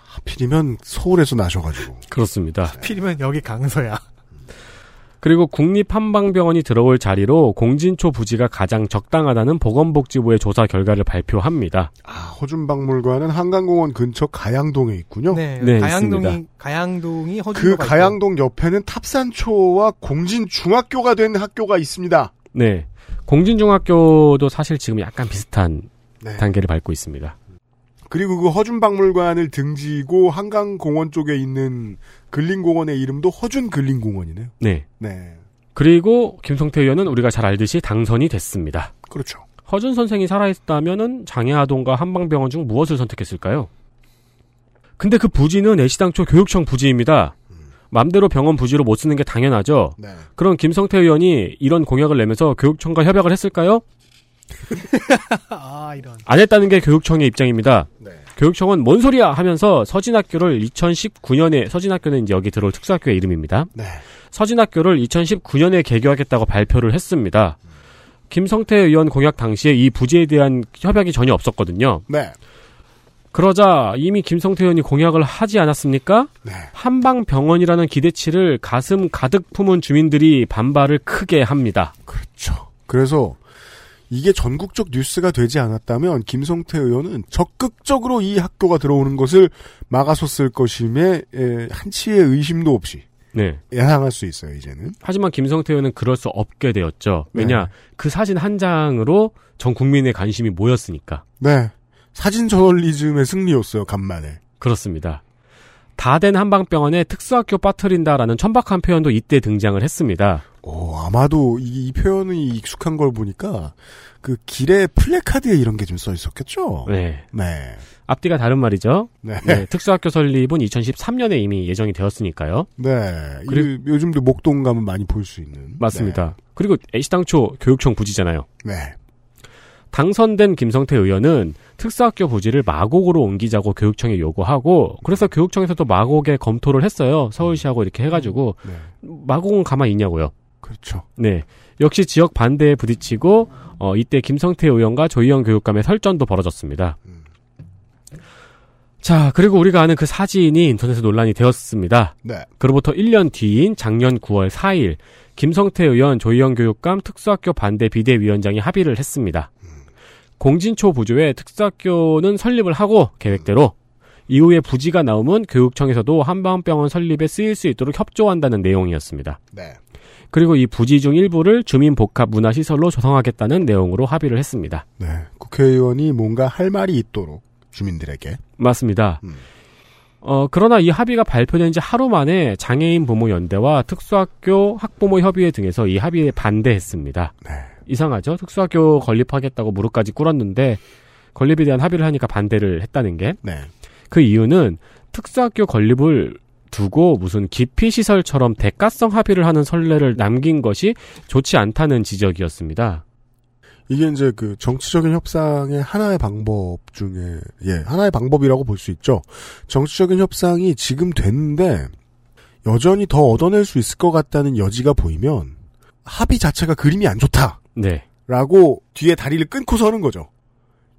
하필이면 서울에서 나셔가지고. 그렇습니다. 필이면 여기 강서야. 그리고 국립한방병원이 들어올 자리로 공진초 부지가 가장 적당하다는 보건복지부의 조사 결과를 발표합니다. 아, 허준박물관은 한강공원 근처 가양동에 있군요. 네, 가양동이 있습니다. 가양동이 허준 그 가양동 옆에는 탑산초와 공진 중학교가 된 학교가 있습니다. 네. 공진중학교도 사실 지금 약간 비슷한 네. 단계를 밟고 있습니다. 그리고 그 허준박물관을 등지고 한강공원 쪽에 있는 근린공원의 이름도 허준근린공원이네요. 네. 네. 그리고 김성태 의원은 우리가 잘 알듯이 당선이 됐습니다. 그렇죠. 허준 선생이 살아있다면은 장애아동과 한방병원 중 무엇을 선택했을까요? 근데 그 부지는 애시당초 교육청 부지입니다. 맘대로 병원 부지로 못 쓰는 게 당연하죠. 그럼 김성태 의원이 이런 공약을 내면서 교육청과 협약을 했을까요? 아, 안 했다는 게 교육청의 입장입니다. 교육청은 뭔 소리야 하면서 서진학교를 2019년에 서진학교는 이제 여기 들어올 특수학교의 이름입니다. 네. 서진학교를 2019년에 개교하겠다고 발표를 했습니다. 김성태 의원 공약 당시에 이 부지에 대한 협약이 전혀 없었거든요. 네. 그러자 이미 김성태 의원이 공약을 하지 않았습니까? 네. 한방병원이라는 기대치를 가슴 가득 품은 주민들이 반발을 크게 합니다. 그렇죠. 그래서 이게 전국적 뉴스가 되지 않았다면 김성태 의원은 적극적으로 이 학교가 들어오는 것을 막아섰을 것임에 에, 한치의 의심도 없이 네. 예상할 수 있어요 이제는. 하지만 김성태 의원은 그럴 수 없게 되었죠. 왜냐, 그 사진 한 장으로 전 국민의 관심이 모였으니까. 네. 사진 저널리즘의 승리였어요 간만에. 그렇습니다. 다 된 한방병원에 특수학교 빠뜨린다라는 천박한 표현도 이때 등장을 했습니다. 오, 어, 아마도 이, 이 표현이 익숙한 걸 보니까 그 길에 플래카드에 이런 게 좀 써 있었겠죠. 네. 네. 앞뒤가 다른 말이죠. 네. 네, 특수학교 설립은 2013년에 이미 예정이 되었으니까요. 네. 이- 그리고- 요즘도 목동 가면 많이 볼 수 있는. 네. 맞습니다. 그리고 애시당초 교육청 부지잖아요. 네. 당선된 김성태 의원은 특사학교 부지를 마곡으로 옮기자고 교육청에 요구하고 그래서 교육청에서도 마곡에 검토를 했어요. 서울시하고 이렇게 해가지고 네. 마곡은 가만히 있냐고요. 그렇죠. 네. 역시 지역 반대에 부딪히고 어, 이때 김성태 의원과 조희영 교육감의 설전도 벌어졌습니다. 자, 그리고 우리가 아는 그 사진이 인터넷에 논란이 되었습니다. 네. 그로부터 1년 뒤인 작년 9월 4일, 김성태 의원, 조희영 교육감, 특수학교 반대 비대위원장이 합의를 했습니다. 공진초 부조에 특수학교는 설립을 하고 계획대로 이후에 부지가 나오면 교육청에서도 한방병원 설립에 쓰일 수 있도록 협조한다는 내용이었습니다. 네. 그리고 이 부지 중 일부를 주민복합 문화시설로 조성하겠다는 내용으로 합의를 했습니다. 네. 국회의원이 뭔가 할 말이 있도록 주민들에게 맞습니다. 어, 그러나 이 합의가 발표된 지 하루 만에 장애인 부모 연대와 특수학교 학부모 협의회 등에서 이 합의에 반대했습니다. 이상하죠? 특수학교 건립하겠다고 무릎까지 꿇었는데 건립에 대한 합의를 하니까 반대를 했다는 게. 네. 그 이유는 특수학교 건립을 두고 무슨 기피 시설처럼 대가성 합의를 하는 선례를 남긴 것이 좋지 않다는 지적이었습니다. 이게 이제 그 정치적인 협상의 하나의 방법 중에 예 하나의 방법이라고 볼 수 있죠. 정치적인 협상이 지금 됐는데 여전히 더 얻어낼 수 있을 것 같다는 여지가 보이면 합의 자체가 그림이 안 좋다라고 네. 뒤에 다리를 끊고 서는 거죠.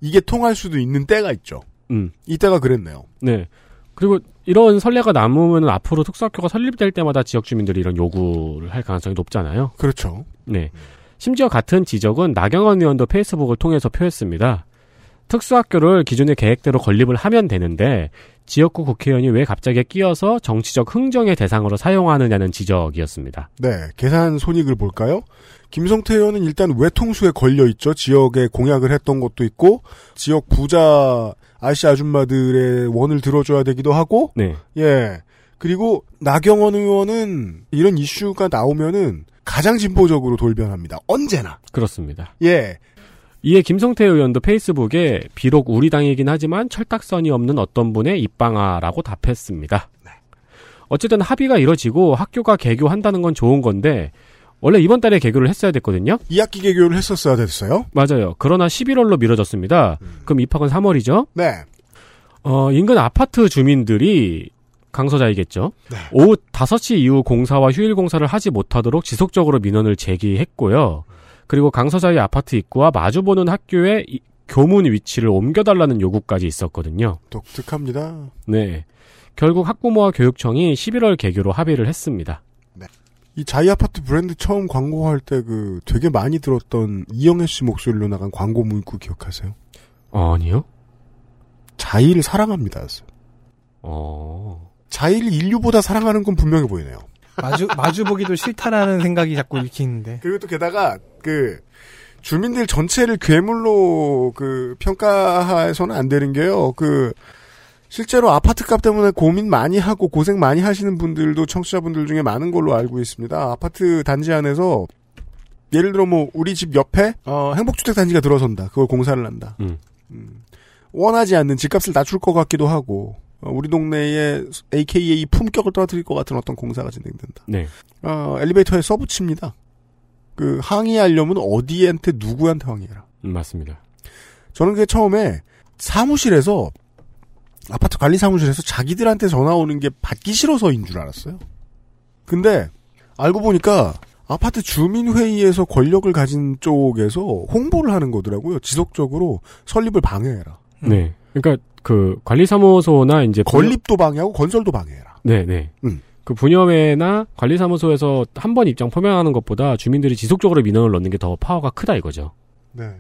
이게 통할 수도 있는 때가 있죠. 음. 이때가 그랬네요. 네. 그리고 이런 선례가 남으면 앞으로 특수학교가 설립될 때마다 지역 주민들이 이런 요구를 할 가능성이 높잖아요. 그렇죠. 네. 심지어 같은 지적은 나경원 의원도 페이스북을 통해서 표했습니다. 특수학교를 기존의 계획대로 건립을 하면 되는데 지역구 국회의원이 왜 갑자기 끼어서 정치적 흥정의 대상으로 사용하느냐는 지적이었습니다. 네, 계산 손익을 볼까요? 김성태 의원은 일단 외통수에 걸려 있죠. 지역에 공약을 했던 것도 있고 지역 부자 아씨 아줌마들의 원을 들어줘야 되기도 하고 네. 예. 그리고 나경원 의원은 이런 이슈가 나오면은 가장 진보적으로 돌변합니다. 언제나. 그렇습니다. 예. 이에 김성태 의원도 페이스북에 비록 우리 당이긴 하지만 철딱선이 없는 어떤 분의 입방아라고 답했습니다. 어쨌든 합의가 이뤄지고 학교가 개교한다는 건 좋은 건데 원래 이번 달에 개교를 했어야 됐거든요. 2학기 개교를 했었어야 됐어요. 맞아요. 그러나 11월로 미뤄졌습니다. 그럼 입학은 3월이죠. 네. 어, 인근 아파트 주민들이 강서자이겠죠. 오후 5시 이후 공사와 휴일 공사를 하지 못하도록 지속적으로 민원을 제기했고요. 그리고 강서자의 아파트 입구와 마주보는 학교의 이- 교문 위치를 옮겨달라는 요구까지 있었거든요. 독특합니다. 네. 결국 학부모와 교육청이 11월 개교로 합의를 했습니다. 이 자이 아파트 브랜드 처음 광고할 때 그 되게 많이 들었던 이영애 씨 목소리로 나간 광고 문구 기억하세요? 어, 아니요. 자이를 사랑합니다. 어. 자이를 인류보다 사랑하는 건 분명해 보이네요. 마주 마주 보기도 싫다라는 생각이 자꾸 읽히는데. 그리고 또 게다가 그 주민들 전체를 괴물로 그 평가해서는 안 되는 게요. 그 실제로 아파트값 때문에 고민 많이 하고 고생 많이 하시는 분들도 청취자분들 중에 많은 걸로 알고 있습니다. 아파트 단지 안에서 예를 들어 뭐 우리 집 옆에 어, 행복주택 단지가 들어선다. 그걸 공사를 한다. 음. 원하지 않는 집값을 낮출 것 같기도 하고 어, 우리 동네에 AKA 이 품격을 떨어뜨릴 것 같은 어떤 공사가 진행된다. 네. 어, 엘리베이터에 써붙입니다. 그 항의하려면 어디한테 누구한테 항의해라. 음, 맞습니다. 저는 그게 처음에 사무실에서 아파트 관리 사무실에서 자기들한테 전화 오는 게 받기 싫어서인 줄 알았어요. 근데 알고 보니까 아파트 주민 회의에서 권력을 가진 쪽에서 홍보를 하는 거더라고요. 지속적으로 설립을 방해해라. 네. 그러니까 그 관리사무소나 이제 건립도 방해하고 건설도 방해해라. 네, 네. 음. 그 분여회나 관리사무소에서 한 번 입장 표명하는 것보다 주민들이 지속적으로 민원을 넣는 게 더 파워가 크다 이거죠. 네.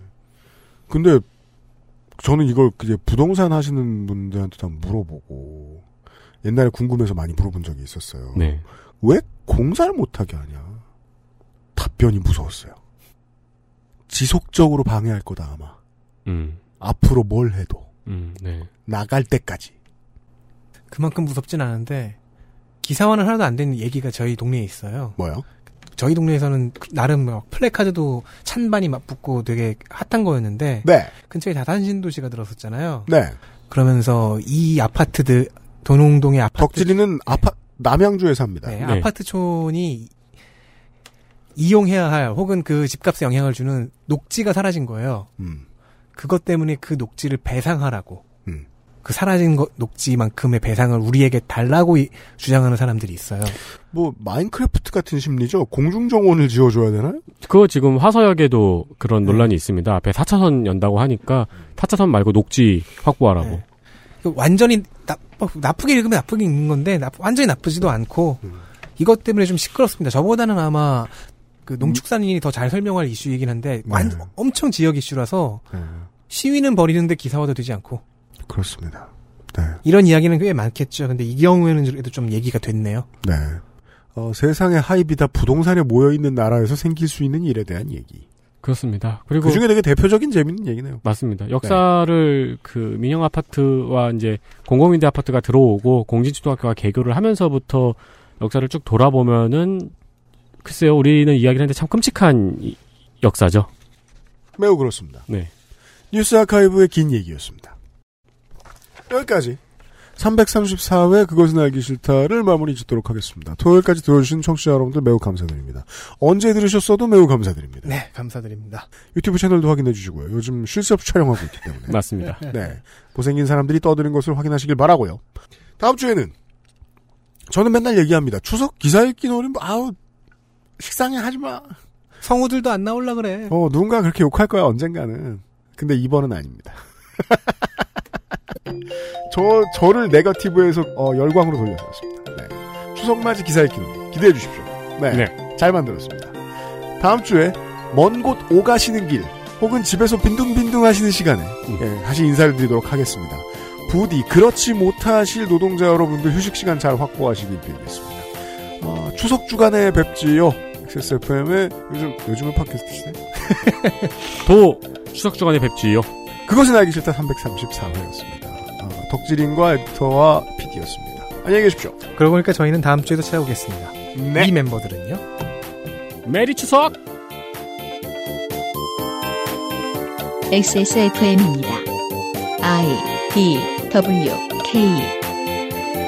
근데 저는 이걸 이제 부동산 하시는 분들한테 다 물어보고 옛날에 궁금해서 많이 물어본 적이 있었어요. 네. 왜 공사를 못하게 하냐? 답변이 무서웠어요. 지속적으로 방해할 거다 아마. 음. 앞으로 뭘 해도 음, 네. 나갈 때까지. 그만큼 무섭진 않은데 기사화는 하나도 안 된 얘기가 저희 동네에 있어요. 뭐요? 저희 동네에서는 그- 나름 막 플래카드도 찬반이 막 붙고 되게 핫한 거였는데 네. 근처에 다산신 도시가 들어섰잖아요. 네. 그러면서 이 아파트들 도농동의 아파트 덕질이는 아파 남양주에 삽니다. 네, 아파트촌이 음. 이용해야 할 혹은 그 집값에 영향을 주는 녹지가 사라진 거예요. 그것 때문에 그 녹지를 배상하라고 음. 그 사라진 거- 녹지만큼의 배상을 우리에게 달라고 이- 주장하는 사람들이 있어요. 뭐 마인크래프트 같은 심리죠. 공중 정원을 지어줘야 되나요? 그거 지금 화서역에도 그런 네. 논란이 있습니다. 앞에 4차선 연다고 하니까 4차선 말고 녹지 확보하라고. 네. 그 완전히 나, 뭐, 나쁘게 읽으면 나쁘게 읽는 건데 나- 완전히 나쁘지도 않고 이것 때문에 좀 시끄럽습니다. 저보다는 아마 그 농축산인이 더 잘 설명할 이슈이긴 한데 완- 엄청 지역 이슈라서 시위는 벌이는데 기사화도 되지 않고 네. 그렇습니다. 이런 이야기는 꽤 많겠죠. 근데 이 경우에는 그래도 좀 얘기가 됐네요. 네. 어, 세상의 하입이다 부동산에 모여있는 나라에서 생길 수 있는 일에 대한 얘기. 그렇습니다. 그리고 그중에 되게 대표적인 재밌는 얘기네요. 맞습니다. 역사를 그 민영 아파트와 이제 공공임대 아파트가 들어오고 공진초등학교가 개교를 하면서부터 역사를 쭉 돌아보면은 글쎄요, 우리는 이야기를 하는데 참 끔찍한 이- 역사죠. 매우 그렇습니다. 네. 뉴스 아카이브의 긴 얘기였습니다. 여기까지 334회 그것은 알기 싫다를 마무리 짓도록 하겠습니다. 토요일까지 들어주신 청취자 여러분들 매우 감사드립니다. 언제 들으셨어도 매우 감사드립니다. 네, 감사드립니다. 유튜브 채널도 확인해 주시고요. 요즘 쉴 새 없이 촬영하고 있기 때문에. 맞습니다. 네. 고생긴 사람들이 떠드는 것을 확인하시길 바라고요. 다음 주에는 저는 맨날 얘기합니다. 추석 기사 읽기 놀이 뭐 아우 식상해 하지 마. 성우들도 안 나올라 그래. 어, 누군가 그렇게 욕할 거야, 언젠가는. 근데 이번은 아닙니다. 저, 저를 네거티브에서 어, 열광으로 돌려드렸습니다. 네. 추석맞이 기사 읽기 놀이 기대해 주십시오. 네. 잘 만들었습니다. 다음 주에 먼 곳 오가시는 길, 혹은 집에서 빈둥빈둥 하시는 시간에 예, 다시 인사를 드리도록 하겠습니다. 부디 그렇지 못하실 노동자 여러분들 휴식 시간 잘 확보하시길 빌겠습니다. 어, 추석 주간에 뵙지요. XSFM의 요즘 요즘은 팟캐스트시네. 도 추석 주간에 뵙지요. 그것은 알기 싫다 334회였습니다. 어, 덕질인과 에디터와 PD였습니다. 안녕히 계십시오. 그러고 보니까 저희는 다음 주에도 찾아오겠습니다. 네. 이 멤버들은요? 메리 추석! XSFM입니다. I D W K